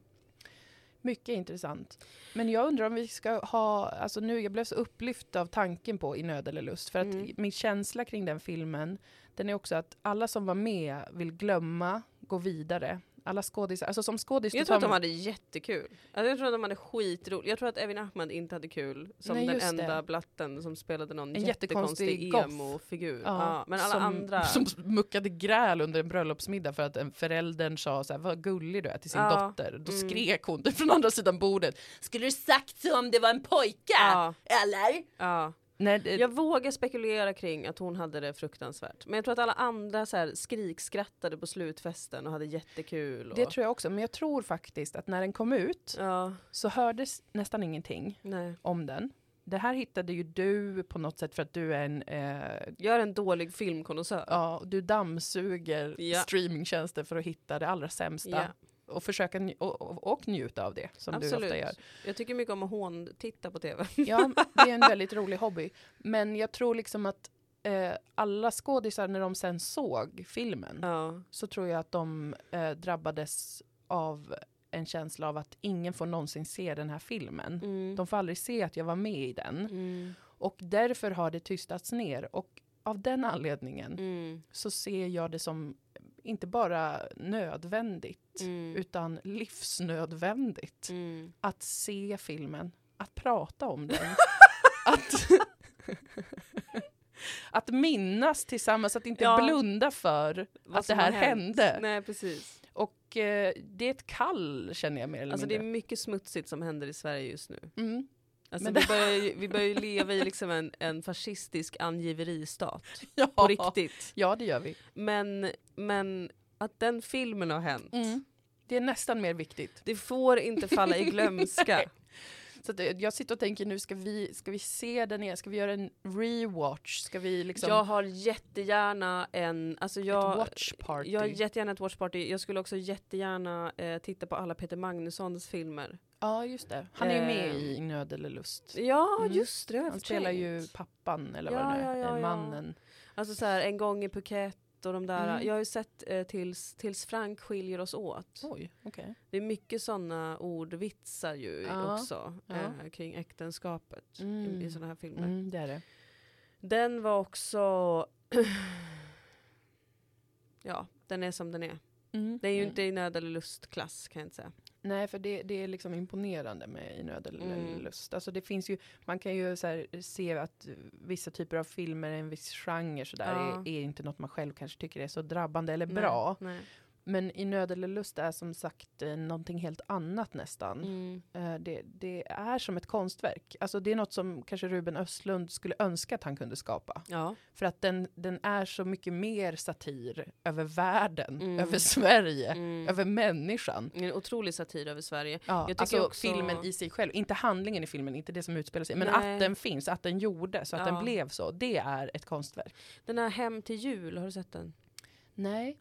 A: Mycket intressant. Men jag undrar om vi ska ha, alltså nu, jag blev så upplyft av tanken på I nöd eller lust. För att
B: Mm.
A: min känsla kring den filmen, den är också att alla som var med vill glömma, gå vidare. Alla skådisar, alltså som skådis...
B: Jag
A: du
B: tror
A: tar
B: att de
A: med-
B: hade jättekul. Alltså jag tror att de hade skitroligt. Jag tror att Evin Ahmad inte hade kul som
A: Nej,
B: den
A: just
B: enda
A: det.
B: blatten som spelade någon
A: En jättekonstig
B: jättekonstig
A: goth.
B: emo-figur. Ja.
A: Ja,
B: men alla
A: som,
B: andra...
A: Som muckade gräl under en bröllopsmiddag för att en föräldern sa så här, vad gullig du är till sin
B: Ja,
A: dotter. Då
B: mm.
A: skrek hon från andra sidan bordet. Skulle du sagt så om det var en pojke?
B: ja,
A: Eller?
B: ja.
A: Nej, det,
B: Jag vågar spekulera kring att hon hade det fruktansvärt. Men jag tror att alla andra så här, skrikskrattade på slutfesten och hade jättekul. Och...
A: det tror jag också, men jag tror faktiskt att när den kom ut
B: Ja,
A: så hördes nästan ingenting
B: nej.
A: om den. Det här hittade ju du på något sätt för att du är en, eh,
B: Jag är en dålig filmkonnässör.
A: ja, du dammsuger
B: Ja.
A: streamingtjänster för att hitta det allra sämsta
B: Ja,
A: och försöka nj- och, och, och njuta av det som du
B: absolut.
A: ofta gör.
B: Jag tycker mycket om att håntitta på tv.
A: Ja, det är en väldigt rolig hobby. Men jag tror liksom att eh, alla skådisar när de sen såg filmen
B: Ja.
A: så tror jag att de eh, drabbades av en känsla av att ingen får någonsin se den här filmen.
B: Mm.
A: De får aldrig se att jag var med i den.
B: Mm.
A: Och därför har det tystats ner. Och av den anledningen
B: Mm.
A: så ser jag det som inte bara nödvändigt
B: Mm.
A: utan livsnödvändigt
B: Mm.
A: att se filmen, att prata om den. att, att minnas tillsammans, att inte
B: Ja.
A: blunda för
B: Vad
A: att det
B: som
A: här
B: har hänt.
A: hände.
B: Nej precis.
A: Och eh, det är ett kall känner jag mer eller
B: Alltså det är
A: mindre.
B: mycket smutsigt som händer i Sverige just nu.
A: Mm.
B: Alltså,
A: Men
B: vi, börjar ju, vi börjar ju leva i liksom en, en fascistisk angiveristat.
A: Ja.
B: På riktigt.
A: Ja, det gör vi.
B: Men, men att den filmen har hänt.
A: Mm. Det är nästan mer viktigt.
B: Det får inte falla i glömska.
A: Så att, eh, jag sitter och tänker nu, ska vi, ska vi se den igen? Ska vi göra en rewatch? Ska vi liksom
B: Jag har jättegärna en... Alltså
A: ett
B: jag,
A: watch party?
B: jag har jättegärna ett watchparty. Jag skulle också jättegärna eh, titta på alla Peter Magnussons filmer.
A: ja, just det. Han är ju med
B: Ehm.
A: i Nöd eller lust.
B: Ja
A: Mm.
B: just det, det har jag
A: Han spelar ju
B: förträngt.
A: pappan eller
B: Ja,
A: vad det nu
B: ja,
A: är,
B: ja,
A: eh,
B: ja.
A: mannen.
B: Alltså så här, en gång i Phuket och de där.
A: Mm.
B: Jag har ju sett eh, tills, tills Frank skiljer oss åt.
A: Oj, okej.
B: Det är mycket sådana ordvitsar ju
A: Ja,
B: också
A: ja.
B: Eh, kring äktenskapet
A: Mm.
B: i, i sådana här filmer.
A: Mm, det är det.
B: Den var också... ja, den är som den är.
A: Mm.
B: Den är ju
A: mm.
B: Mm. inte i nöd eller lustklass kan jag inte säga.
A: Nej, för det, det är liksom imponerande med I nöd eller
B: Mm.
A: lust. Alltså det finns ju, man kan ju så här se att eh, vissa typer av filmer, en viss genre sådär,
B: Ja.
A: är, är inte något man själv kanske tycker är så drabbande eller
B: Nej,
A: bra.
B: Nej.
A: Men I nöd eller lust är som sagt eh, någonting helt annat nästan.
B: Mm.
A: Eh, Det, det är som ett konstverk. Alltså det är något som kanske Ruben Östlund skulle önska att han kunde skapa.
B: Ja.
A: För att den, den är så mycket mer satir över världen,
B: Mm.
A: över Sverige,
B: Mm.
A: över människan.
B: En otrolig satir över Sverige.
A: Ja,
B: tycker
A: alltså
B: också-
A: filmen i sig själv, inte handlingen i filmen, inte det som utspelar sig, men
B: Nej.
A: att den finns, att den gjordes, att
B: Ja.
A: den blev så, det är ett konstverk.
B: Den här Hem till jul, har du sett den?
A: Nej.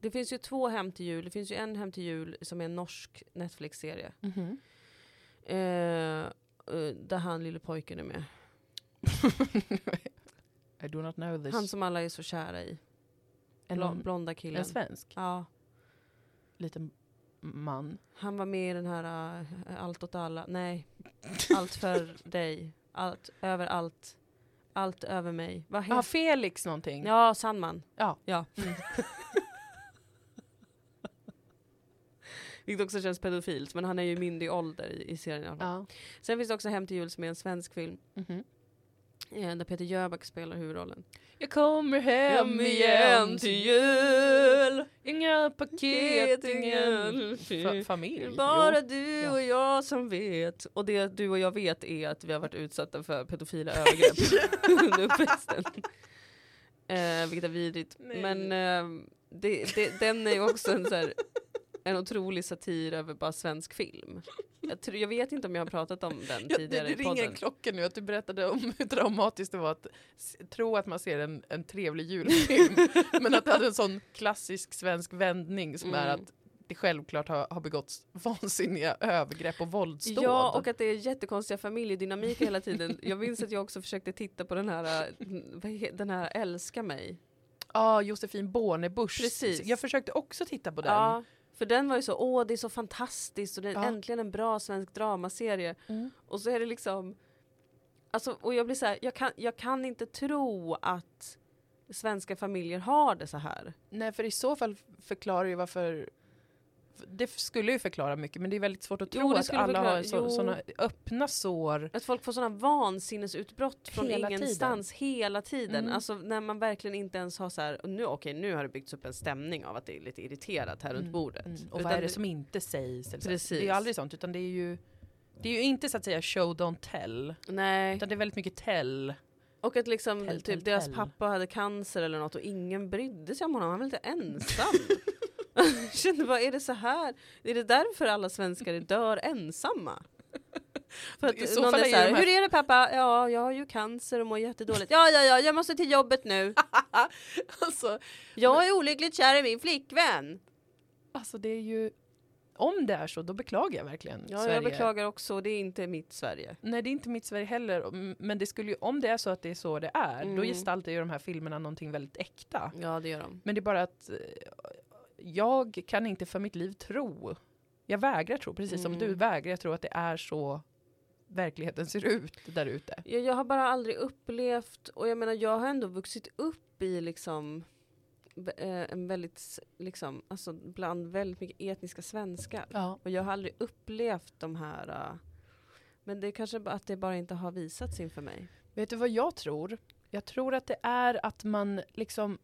B: Det finns ju två Hem till jul. Det finns ju en Hem till jul som är en norsk Netflix-serie.
A: Mhm.
B: Eh, eh, där han lille pojken är med.
A: I do not know this.
B: Han som alla är så kära i.
A: en,
B: Bla- blonda killen.
A: en svensk
B: Ja.
A: liten man.
B: Han var med i den här eh, Allt åt alla. Nej. Allt för dig. Allt över allt. Allt över mig. Vad
A: Ja,
B: heter
A: Felix någonting.
B: Ja, Sandman.
A: Ah, Ja.
B: ja.
A: Mm.
B: Vilket också känns pedofilt, men han är ju mindre i ålder i, i serien. i alla fall.
A: Ja.
B: Sen finns det också Hem till jul som är en svensk film
A: Mhm.
B: eh, där Peter Jöback spelar huvudrollen.
A: Jag kommer hem igen till jul. Inga paket, ingen fa- familj.
B: Fa- Bara
A: Jo.
B: du
A: Ja.
B: och jag som vet. Och det du och jag vet är att vi har varit utsatta för pedofila övergrepp under uppväxten. Eh, vilket är vidrigt.
A: Nej.
B: Men eh, det, det, den är ju också en, så här, en otrolig satir över bara svensk film. Jag, tror, jag vet inte om jag har pratat om den
A: Ja,
B: tidigare
A: det,
B: i
A: det ringer en
B: podden.
A: klocka nu att du berättade om hur dramatiskt det var att s- tro att man ser en, en trevlig julfilm. men att det hade en sån klassisk svensk vändning som är
B: Mm.
A: att det självklart har, har begåtts vansinniga övergrepp och våldsdåd.
B: Ja, och att det är jättekonstiga familjedynamiker hela tiden. Jag minns att jag också försökte titta på den här, eh, vad he- den här Älska mig.
A: Ja, Josefin Bornebusch.
B: Precis.
A: Jag försökte också titta på den.
B: Ja, för den var ju så, åh det är så fantastiskt och det är
A: Ja.
B: äntligen en bra svensk dramaserie.
A: Mm.
B: Och så är det liksom, alltså, och jag blir så här, jag kan, jag kan inte tro att svenska familjer har det så här.
A: Nej, för i så fall förklarar ju varför det skulle ju förklara mycket men det är väldigt svårt att
B: Jo,
A: tro
B: det
A: att
B: skulle
A: alla har så,
B: förklara- jo.
A: såna öppna sår.
B: Att folk får sådana vansinnesutbrott från
A: Hela
B: ingenstans hela tiden.
A: Mm.
B: Alltså när man verkligen inte ens har så här, och nu, okej nu har det byggts upp en stämning av att det är lite irriterat här runt
A: Mm,
B: bordet.
A: Mm. Och
B: Utan
A: vad är det som inte sägs? Eller så? Det är
B: Precis.
A: ju aldrig sånt utan det är ju det är ju inte så att säga show don't tell
B: Nej.
A: utan det är väldigt mycket tell.
B: Och att liksom
A: Tell,
B: typ
A: tell,
B: deras
A: tell.
B: pappa hade cancer eller något och ingen brydde sig om honom, han var lite ensam. Jag kände bara, är det så här? Är det därför alla svenskar dör ensamma? För
A: I
B: att
A: så
B: någon
A: fall
B: är
A: är ju
B: så här,
A: de här-
B: hur är det pappa? Ja, jag har ju cancer och mår jättedåligt. Ja, ja, ja, jag måste till jobbet nu.
A: Alltså,
B: Jag är olyckligt kär i min flickvän.
A: alltså det är ju om det är så då beklagar jag verkligen
B: Ja,
A: Sverige.
B: jag beklagar också, det är inte mitt Sverige.
A: Nej det är inte mitt Sverige heller m- men det skulle ju om det är så att det är så det är då
B: Mm.
A: gestaltar ju de här filmerna någonting väldigt äkta.
B: Ja, det gör de.
A: Men det är bara att eh, jag kan inte för mitt liv tro. Jag vägrar tro, precis
B: Mm.
A: som du vägrar tro att det är så verkligheten ser ut där ute.
B: Jag, jag har bara aldrig upplevt, och jag menar jag har ändå vuxit upp i liksom v- eh, en väldigt, s- liksom, alltså bland väldigt mycket etniska svenskar.
A: Ja.
B: Och jag har aldrig upplevt de här, eh, men det är kanske bara att det bara inte har visats inför mig.
A: Vet du vad jag tror? Jag tror att det är att man liksom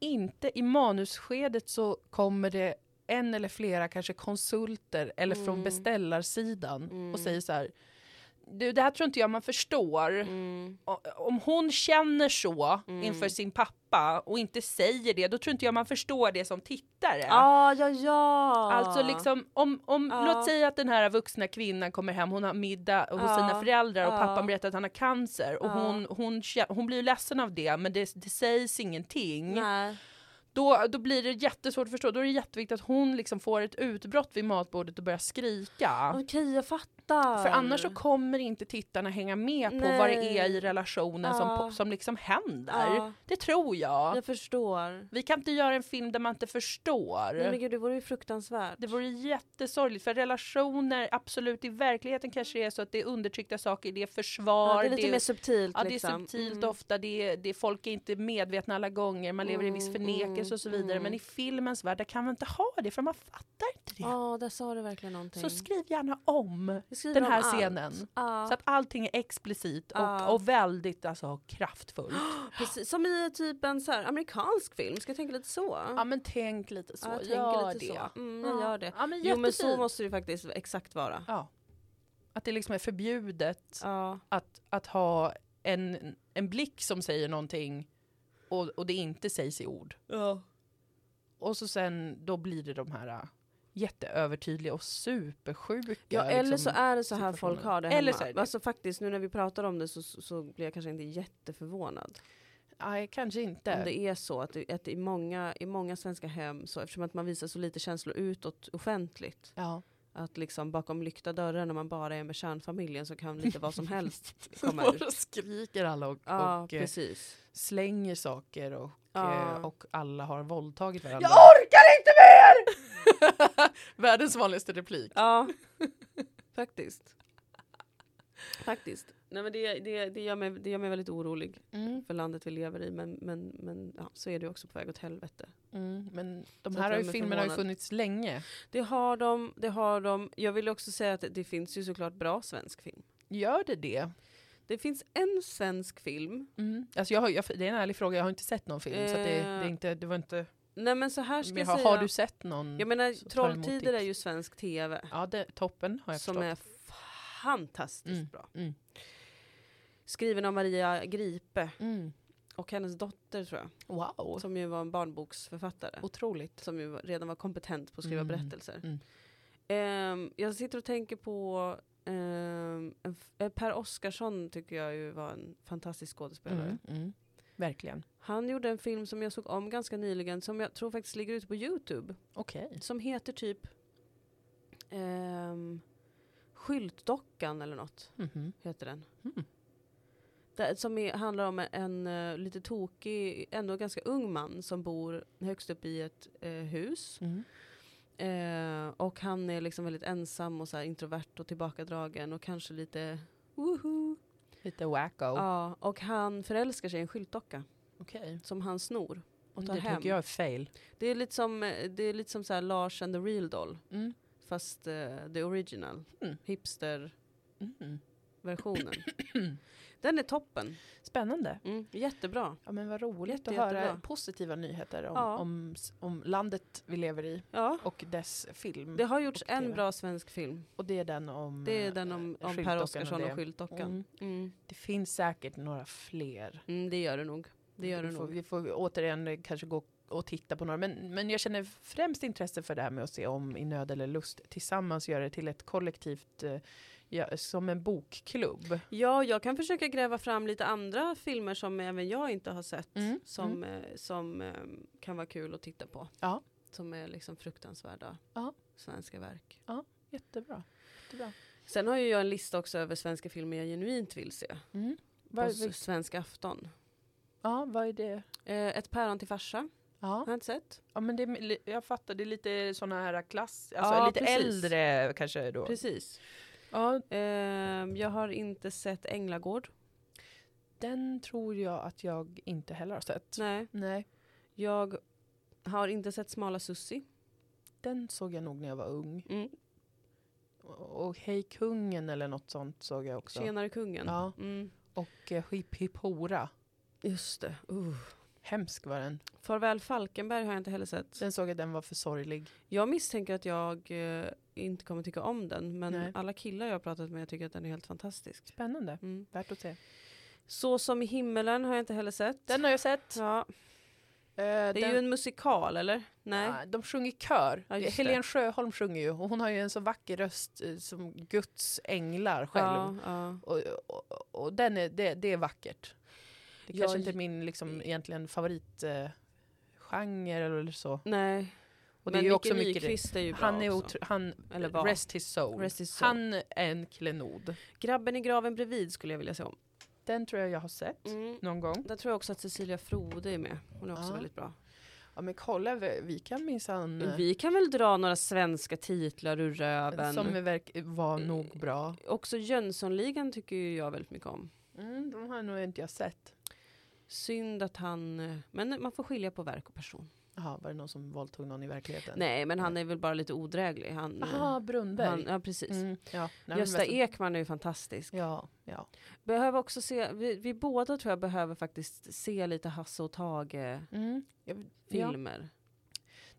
A: inte i manusskedet så kommer det en eller flera kanske konsulter eller
B: Mm.
A: från beställarsidan
B: Mm.
A: och säger så här. Du, det här tror inte jag man förstår.
B: Mm.
A: O- om hon känner så inför sin pappa och inte säger det, då tror inte jag man förstår det som tittare.
B: Ah, ja, ja!
A: Alltså liksom, om, om
B: Ja.
A: låt säga att den här vuxna kvinnan kommer hem, hon har middag hos
B: Ja.
A: sina föräldrar och
B: Ja.
A: pappan berättar att han har cancer och
B: Ja.
A: hon, hon, kä- hon blir ledsen av det men det, det sägs ingenting.
B: Nej.
A: Då, då blir det jättesvårt att förstå, då är det jätteviktigt att hon liksom får ett utbrott vid matbordet och börjar skrika.
B: Okej, jag fattar.
A: För annars så kommer inte tittarna hänga med på vad det är
B: Ah. Nej. Ah.
A: i relationen som,
B: Ja.
A: po- som liksom händer.
B: Ja.
A: Det tror jag.
B: Jag förstår.
A: Vi kan inte göra en film där man inte förstår.
B: Nej, men gud, det vore ju fruktansvärt.
A: det vore jättesorgligt för relationer, absolut i verkligheten kanske det är så att det är undertryckta saker, det är försvar,
B: ja, det är lite mer subtilt.
A: ja, det är
B: liksom.
A: subtilt
B: Mm.
A: ofta, det är, det är, folk är inte medvetna alla gånger, man lever i en viss
B: Mm,
A: förnekelse cirkus och så vidare.
B: Mm.
A: Men i filmens värld där kan man inte ha det för man fattar inte det.
B: Ja, där sa du verkligen någonting.
A: så skriv gärna om
B: Vi skriver
A: den
B: om
A: här
B: allt.
A: scenen.
B: Ja,
A: Så att allting är explicit och,
B: Ja.
A: och väldigt alltså, kraftfullt.
B: precis. Som i typ en så här amerikansk film, ska jag tänka lite så?
A: Ja men tänk lite så,
B: Ja, jag tänker
A: gör
B: lite
A: det.
B: så. Mm, jag gör det.
A: Ja, men
B: Jo men så
A: jättefint.
B: måste det ju faktiskt exakt vara.
A: Ja. Att det liksom är förbjudet
B: Ja.
A: att, att ha en, en blick som säger någonting och, och det inte sägs i ord.
B: ja.
A: Och så sen då blir det de här äh, jätteövertydliga och supersjuka.
B: eller
A: liksom.
B: så är det så här folk
A: situationen.
B: har det
A: Eller
B: hemma.
A: så är det.
B: Alltså faktiskt, nu när vi pratar om det så, så, så blir jag kanske inte jätteförvånad.
A: Nej, kanske inte.
B: Om det är så att, det- att i, många, i många svenska hem, så, eftersom att man visar så lite känslor utåt offentligt,
A: Ja.
B: att liksom bakom lyckta dörrar när man bara är med kärnfamiljen så kan lite vad som helst
A: Så
B: komma ut.
A: bara skriker alla och,
B: Ja,
A: och eh,
B: precis.
A: slänger saker och,
B: Ja.
A: eh, och alla har våldtagit varandra.
B: Jag orkar inte mer!
A: Världens vanligaste replik.
B: Ja, faktiskt. Faktiskt. Nej, men det, det, det, gör mig, det gör mig väldigt orolig
A: Mm,
B: för landet vi lever i, men, men, men ja, så är det ju också på väg åt helvete.
A: mm, men de
B: Så
A: här
B: att
A: har
B: jag
A: ju,
B: är
A: filmerna har ju
B: förvånad.
A: funnits länge.
B: Det har de, det har de. Jag vill också säga att det finns ju såklart bra svensk film.
A: Gör det det?
B: Det finns en svensk film.
A: Mm. Alltså jag har, jag, det är en ärlig fråga, jag har inte sett någon film. Så att det, det, är
B: Eh,
A: inte, det var inte,
B: Nej men så här ska
A: men
B: jag
A: har,
B: säga.
A: har du sett någon?
B: jag menar
A: så tar emot
B: Trolltider
A: tips.
B: är ju svensk tv.
A: ja, det, toppen har jag
B: Som
A: förstått.
B: är fantastiskt
A: Mm.
B: bra.
A: Mm.
B: Skriven av Maria Gripe
A: Mm.
B: och hennes dotter tror jag.
A: Wow,
B: Som ju var en barnboksförfattare.
A: otroligt.
B: Som ju redan var kompetent på att skriva
A: Mm.
B: berättelser.
A: Mm.
B: Ehm, jag sitter och tänker på ehm, en f- eh, Per Oscarsson tycker jag ju var en fantastisk skådespelare.
A: Mm. Mm. Verkligen.
B: Han gjorde en film som jag såg om ganska nyligen som jag tror faktiskt ligger ute på Youtube.
A: Okej.
B: Som heter typ ehm, Skyltdockan eller något
A: Mhm.
B: heter den.
A: Mm.
B: Där, som är, handlar om en, eh, lite tokig, ändå ganska ung man som bor högst upp i ett eh, hus.
A: Mm.
B: Eh, och han är liksom väldigt ensam och så här introvert och tillbakadragen och kanske lite woho.
A: Lite wacko.
B: Ja, och han förälskar sig i en skyltdocka
A: Okej.
B: som han snor och
A: Mm,
B: tar
A: Det
B: hem.
A: tycker jag är fail.
B: Det är lite som, eh, det är lite som så här Lars and the real doll.
A: Mm.
B: Fast eh, the original.
A: Mm.
B: Hipster-versionen.
A: Mm.
B: Den är toppen.
A: Spännande.
B: Mm, jättebra.
A: Ja, men vad roligt
B: Jätte-
A: att höra
B: jättebra.
A: positiva nyheter om,
B: Ja.
A: om, om landet vi lever i
B: Ja.
A: och dess film.
B: Det har gjorts
A: Och
B: en
A: TV.
B: bra svensk film.
A: och det är den om,
B: Det är
A: eh,
B: den om, om
A: skyltdockan
B: Per
A: och
B: Oscarsson
A: det.
B: och skyltdockan.
A: Mm.
B: Mm.
A: Det finns säkert några fler.
B: Mm, det gör det nog. Det gör det
A: vi, får,
B: nog.
A: vi får återigen eh, kanske gå och titta på några. Men, men jag känner främst intresse för det här med att se om I nöd eller lust tillsammans göra det till ett kollektivt, eh, ja, som en bokklubb.
B: Ja, jag kan försöka gräva fram lite andra filmer som även jag inte har sett.
A: Mm,
B: Som, eh, som eh, kan vara kul att titta på.
A: Ja.
B: Som är liksom fruktansvärda
A: Ja.
B: svenska verk.
A: Jättebra. Jättebra.
B: Sen har ju jag en lista också över svenska filmer jag genuint vill se.
A: Mm.
B: På
A: Vad,
B: s- svensk afton.
A: ja, vad är det?
B: Eh, ett päron till farsa.
A: Ja.
B: Har jag inte sett.
A: ja, men det är, li- jag fattar. Det är lite såna här klass, alltså
B: Ja,
A: lite
B: precis.
A: äldre kanske då.
B: Precis.
A: Ja,
B: Ehm, jag har inte sett Änglagård.
A: den tror jag att jag inte heller har sett.
B: Nej.
A: Nej,
B: Jag har inte sett Smala Sussi.
A: den såg jag nog när jag var ung.
B: Mm.
A: Och och Hej kungen eller något sånt såg jag också.
B: Tjenare kungen.
A: Ja.
B: Mm.
A: Och eh, Hipp Hipp Hora.
B: Just det. Uh.
A: Hemsk var den.
B: Farväl Falkenberg har jag inte heller sett.
A: Den såg jag den var för sorglig.
B: Jag misstänker att jag eh, inte kommer tycka om den. Men
A: Nej.
B: alla killar jag har pratat med tycker att den är helt fantastisk.
A: Spännande.
B: Mm.
A: Värt att se.
B: Så som i himmelen har jag inte heller sett.
A: Den har jag sett. Eh,
B: Ja. Det är ju en musikal eller? Nej.
A: De sjunger i kör.
B: Ja, just det.
A: Helene Sjöholm sjunger ju och hon har ju en så vacker röst eh, som Guds änglar själv.
B: Ja, ja.
A: Och, och, och den är, det, det är vackert. Det
B: Jag-
A: kanske inte är min liksom, egentligen favoritgenre eh, genre eller så.
B: Nej.
A: Och det är
B: men
A: ju
B: Micke
A: också mycket det.
B: Nyqvist är ju bra
A: Han är
B: också.
A: otro, han,
B: Eller var.
A: rest his soul.
B: Rest his soul.
A: Han är en klenod.
B: Grabben i graven bredvid skulle jag vilja se om.
A: Den tror jag jag har sett
B: Mm.
A: någon gång.
B: Där tror jag också att Cecilia Frode är med. Hon är också
A: Ja.
B: väldigt bra.
A: Ja men kolla, vi vi kan minsann... eh,
B: Men Vi kan väl dra några svenska titlar ur röven.
A: Som verk var nog bra.
B: Också Jönssonligan tycker ju jag väldigt mycket om.
A: Mm, de har nog inte jag sett.
B: eh, Synd att han... Men man får skilja på verk och person.
A: Jaha, var det någon som våldtog någon i verkligheten?
B: Nej, men han är väl bara lite odräglig. Han, eh,
A: Aha, Brunnberg.
B: han, ja, precis.
A: Mm, ja. Nej, men
B: Gösta
A: varför-
B: Ekman är ju fantastisk.
A: Ja, ja.
B: Behöver också se, vi, vi båda tror jag behöver faktiskt se lite Hasse och Tage-filmer.
A: Mm.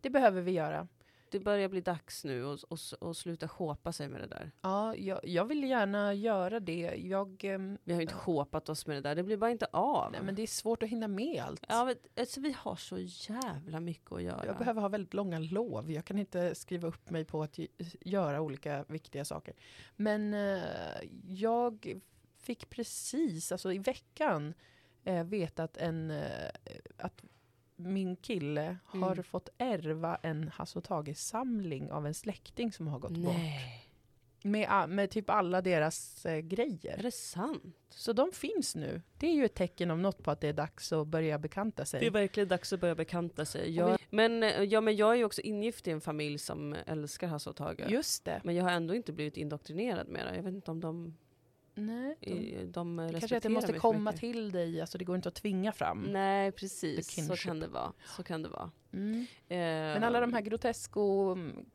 A: Det behöver vi göra.
B: Det börjar bli dags nu och, och, och sluta sjåpa sig med det där.
A: Ja, jag, jag vill gärna göra det. Jag, ehm,
B: Vi har ju inte sjåpat oss med det där, det blir bara inte av.
A: nej, men det är svårt att hinna med allt.
B: ja, men, alltså, vi har så jävla mycket att göra.
A: Jag behöver ha väldigt långa lov. Jag kan inte skriva upp mig på att gö- göra olika viktiga saker. Men eh, jag fick precis, alltså i veckan, eh, veta att, en, eh, att min kille har
B: Mm.
A: fått ärva en Hasse och Tage-samling av en släkting som har gått bort.
B: Nej,
A: Med, a- med typ alla deras eh,
B: är
A: grejer.
B: det sant?
A: Så de finns nu. Det är ju ett tecken om något på att det är dags att börja bekanta sig.
B: Det är verkligen dags att börja bekanta sig.
A: Och
B: Jag, men, eh, ja, men jag är ju också ingift i en familj som älskar Hasse och Tage.
A: Just det.
B: Men jag har ändå inte blivit indoktrinerad med det. Jag vet inte om de,
A: Nej, de-
B: i- de respekterar
A: Kanske att det måste
B: mig så
A: komma
B: mycket.
A: till dig, alltså det går inte att tvinga fram.
B: Nej,
A: The
B: precis. Så
A: kinship.
B: kan det vara. Så kan det vara.
A: Mm.
B: Eh,
A: Men alla de här grotesko mm,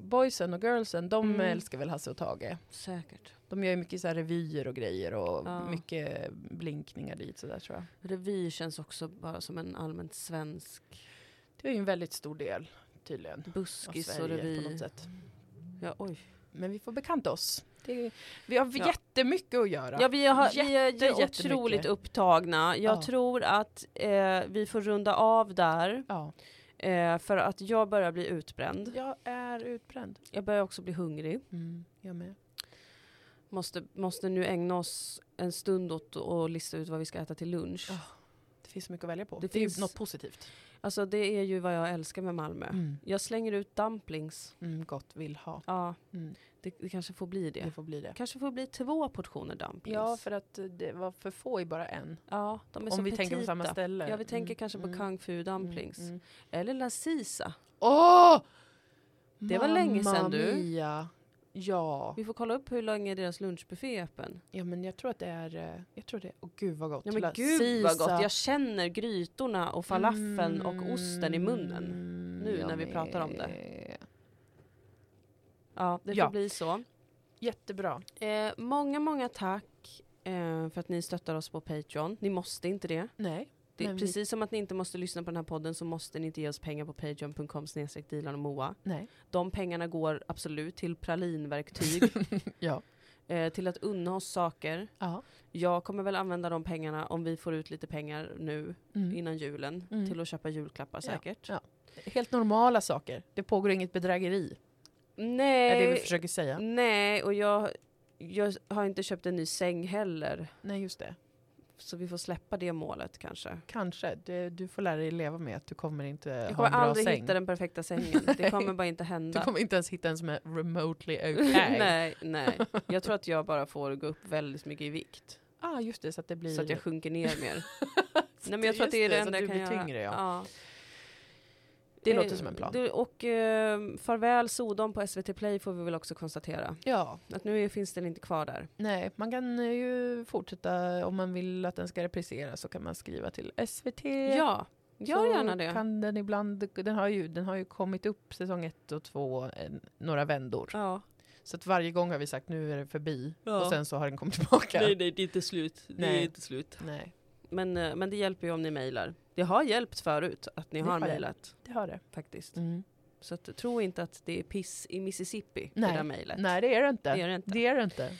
A: boysen och girlsen, de
B: Mm.
A: älskar väl Hasse och Tage?
B: Säkert.
A: De gör ju mycket så här revyer och grejer och
B: Ja.
A: mycket blinkningar dit sådär tror jag.
B: Revy känns också bara som en allmänt svensk
A: Det är ju en väldigt stor del tydligen av
B: buskis och
A: Sverige på något
B: revy.
A: sätt.
B: Ja, oj.
A: Men vi får bekanta oss. Det, vi har
B: Ja.
A: jättemycket att göra.
B: ja, vi, har, vi är
A: Jätte-
B: ju
A: jättemycket.
B: otroligt upptagna. Jag
A: Ja.
B: tror att eh, vi får runda av där.
A: Ja.
B: Eh, för att jag börjar bli utbränd.
A: Jag är utbränd.
B: Jag börjar också bli hungrig.
A: Mm, jag med.
B: Måste, måste nu ägna oss en stund åt att lista ut vad vi ska äta till lunch.
A: Ja. Det finns så mycket att välja på.
B: Det
A: Det, är ju
B: finns-
A: något positivt.
B: Alltså det är ju vad jag älskar med Malmö.
A: Mm.
B: Jag slänger ut dumplings.
A: Mm, gott vill ha.
B: Ja,
A: Mm,
B: det, det kanske får bli det.
A: det får bli det.
B: kanske får bli två portioner dumplings.
A: Ja, för att eh, det var för få i bara en.
B: ja de är så
A: Om vi
B: petita.
A: tänker på samma ställe. Mm.
B: Ja, vi tänker kanske på kung fu dumplings. Eller la sisa.
A: Åh!
B: Det var länge
A: Mamma
B: sedan, du.
A: Mia. Ja.
B: Vi får kolla upp hur länge deras lunchbuffé är öppen.
A: ja, men jag tror att det är... eh, Jag tror det. Åh gud vad gott.
B: Ja, men
A: La-
B: gud vad
A: sisa.
B: gott. Jag känner grytorna och falafeln och osten i munnen.
A: Mm,
B: nu
A: jag
B: när vi pratar om det.
A: med.
B: Ja, det får
A: Ja.
B: bli så.
A: Jättebra.
B: Eh, många, många tack eh, för att ni stöttar oss på Patreon. Ni måste inte det.
A: Nej.
B: det
A: Men vi-
B: precis som att ni inte måste lyssna på den här podden så måste ni inte ge oss pengar på patreon.com snedstreck Dilan och Moa.
A: Nej.
B: De pengarna går absolut till pralinverktyg,
A: Ja.
B: eh, till att unna oss saker.
A: Ja.
B: Jag kommer väl använda de pengarna om vi får ut lite pengar nu
A: Mm.
B: innan julen
A: Mm.
B: till att köpa julklappar säkert.
A: ja. Helt normala saker. Det pågår inget bedrägeri. Är det vi
B: Nej,
A: försöker säga.
B: nej, och jag, jag har inte köpt en ny säng heller.
A: Nej, just det.
B: Så vi får släppa det målet kanske.
A: Kanske. Du, du får lära dig leva med att du kommer inte
B: Jag
A: ha
B: kommer
A: en bra
B: aldrig
A: säng.
B: hitta den perfekta sängen. Det kommer bara inte
A: Du
B: hända.
A: kommer inte ens hitta en som är remotely okay.
B: nej, nej. Jag tror att jag bara får gå upp väldigt mycket i vikt.
A: Ah, just det, så att det blir...
B: Så att jag sjunker ner mer.
A: Så
B: nej, men jag tror att det är
A: just
B: det
A: så att
B: enda
A: du
B: jag kan
A: blir
B: göra.
A: tyngre, ja.
B: Ja.
A: Det
B: Eh,
A: låter som en plan.
B: du, och eh, farväl Sodom på SVT Play får vi väl också konstatera.
A: Ja,
B: Att nu är- finns den inte kvar där.
A: nej, man kan eh, ju fortsätta om man vill att den ska repriseras så kan man skriva till SVT.
B: Ja, gör
A: så
B: gärna det.
A: Kan den ibland, den har ju, den har ju kommit upp säsong ett och två en, några vändor.
B: Ja.
A: Så att varje gång har vi sagt nu är det förbi
B: Ja.
A: och sen så har den kommit tillbaka. Nej.
B: nej, det är inte slut. Det
A: Nej.
B: inte slut. Men, eh, men det hjälper ju om ni mejlar. Det har hjälpt förut att ni
A: Det
B: har
A: har det.
B: mejlat
A: det har det.
B: faktiskt.
A: Mm.
B: Så att, tro inte att det är piss i Mississippi,
A: Nej.
B: det där mejlet.
A: Nej, det är det inte.
B: Det är det inte.
A: Det är det inte.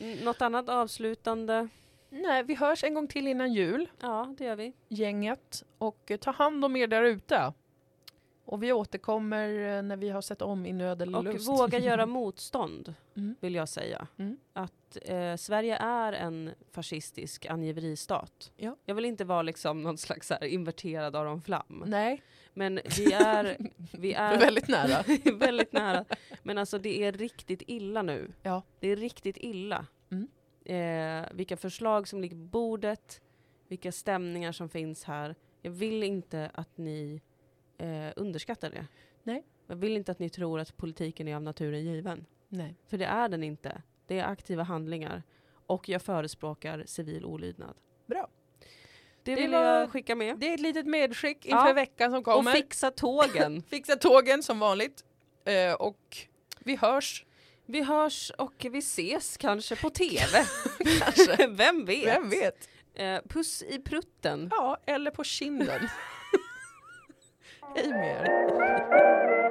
B: Mm, Något annat avslutande?
A: Nej, vi hörs en gång till innan jul.
B: Ja, det gör vi.
A: gänget och eh, ta hand om er där ute. Och vi återkommer eh, när vi har sett om i nöd eller
B: Och
A: lust.
B: våga göra motstånd,
A: Mm.
B: vill jag säga.
A: Mm.
B: Att eh, Sverige är en fascistisk angiveristat.
A: Ja.
B: Jag vill inte vara liksom någon slags så här inverterad Aron Flam.
A: Nej,
B: Men vi är, vi
A: det är
B: Mm. är
A: väldigt nära.
B: väldigt nära. Men alltså det är riktigt illa nu.
A: Ja.
B: Det är riktigt illa.
A: Mm.
B: Eh, vilka förslag som ligger på bordet, vilka stämningar som finns här. Jag vill inte att ni eh, underskattar det.
A: Nej.
B: Jag vill inte att ni tror att politiken är av naturen given.
A: Nej.
B: För det är den inte. Det är aktiva handlingar. Och jag förespråkar civil olydnad.
A: Bra. Det,
B: Det
A: vill
B: vill jag
A: jag,
B: skicka med.
A: det är ett litet medskick
B: Ja.
A: inför veckan som
B: Och
A: kommer.
B: fixa tågen.
A: Fixa tågen som vanligt. Eh, och vi hörs
B: Vi hörs och vi ses kanske på tv.
A: kanske.
B: Vem vet?
A: Vem vet?
B: Eh, puss i prutten.
A: Ja, eller på kinden. Hej med er.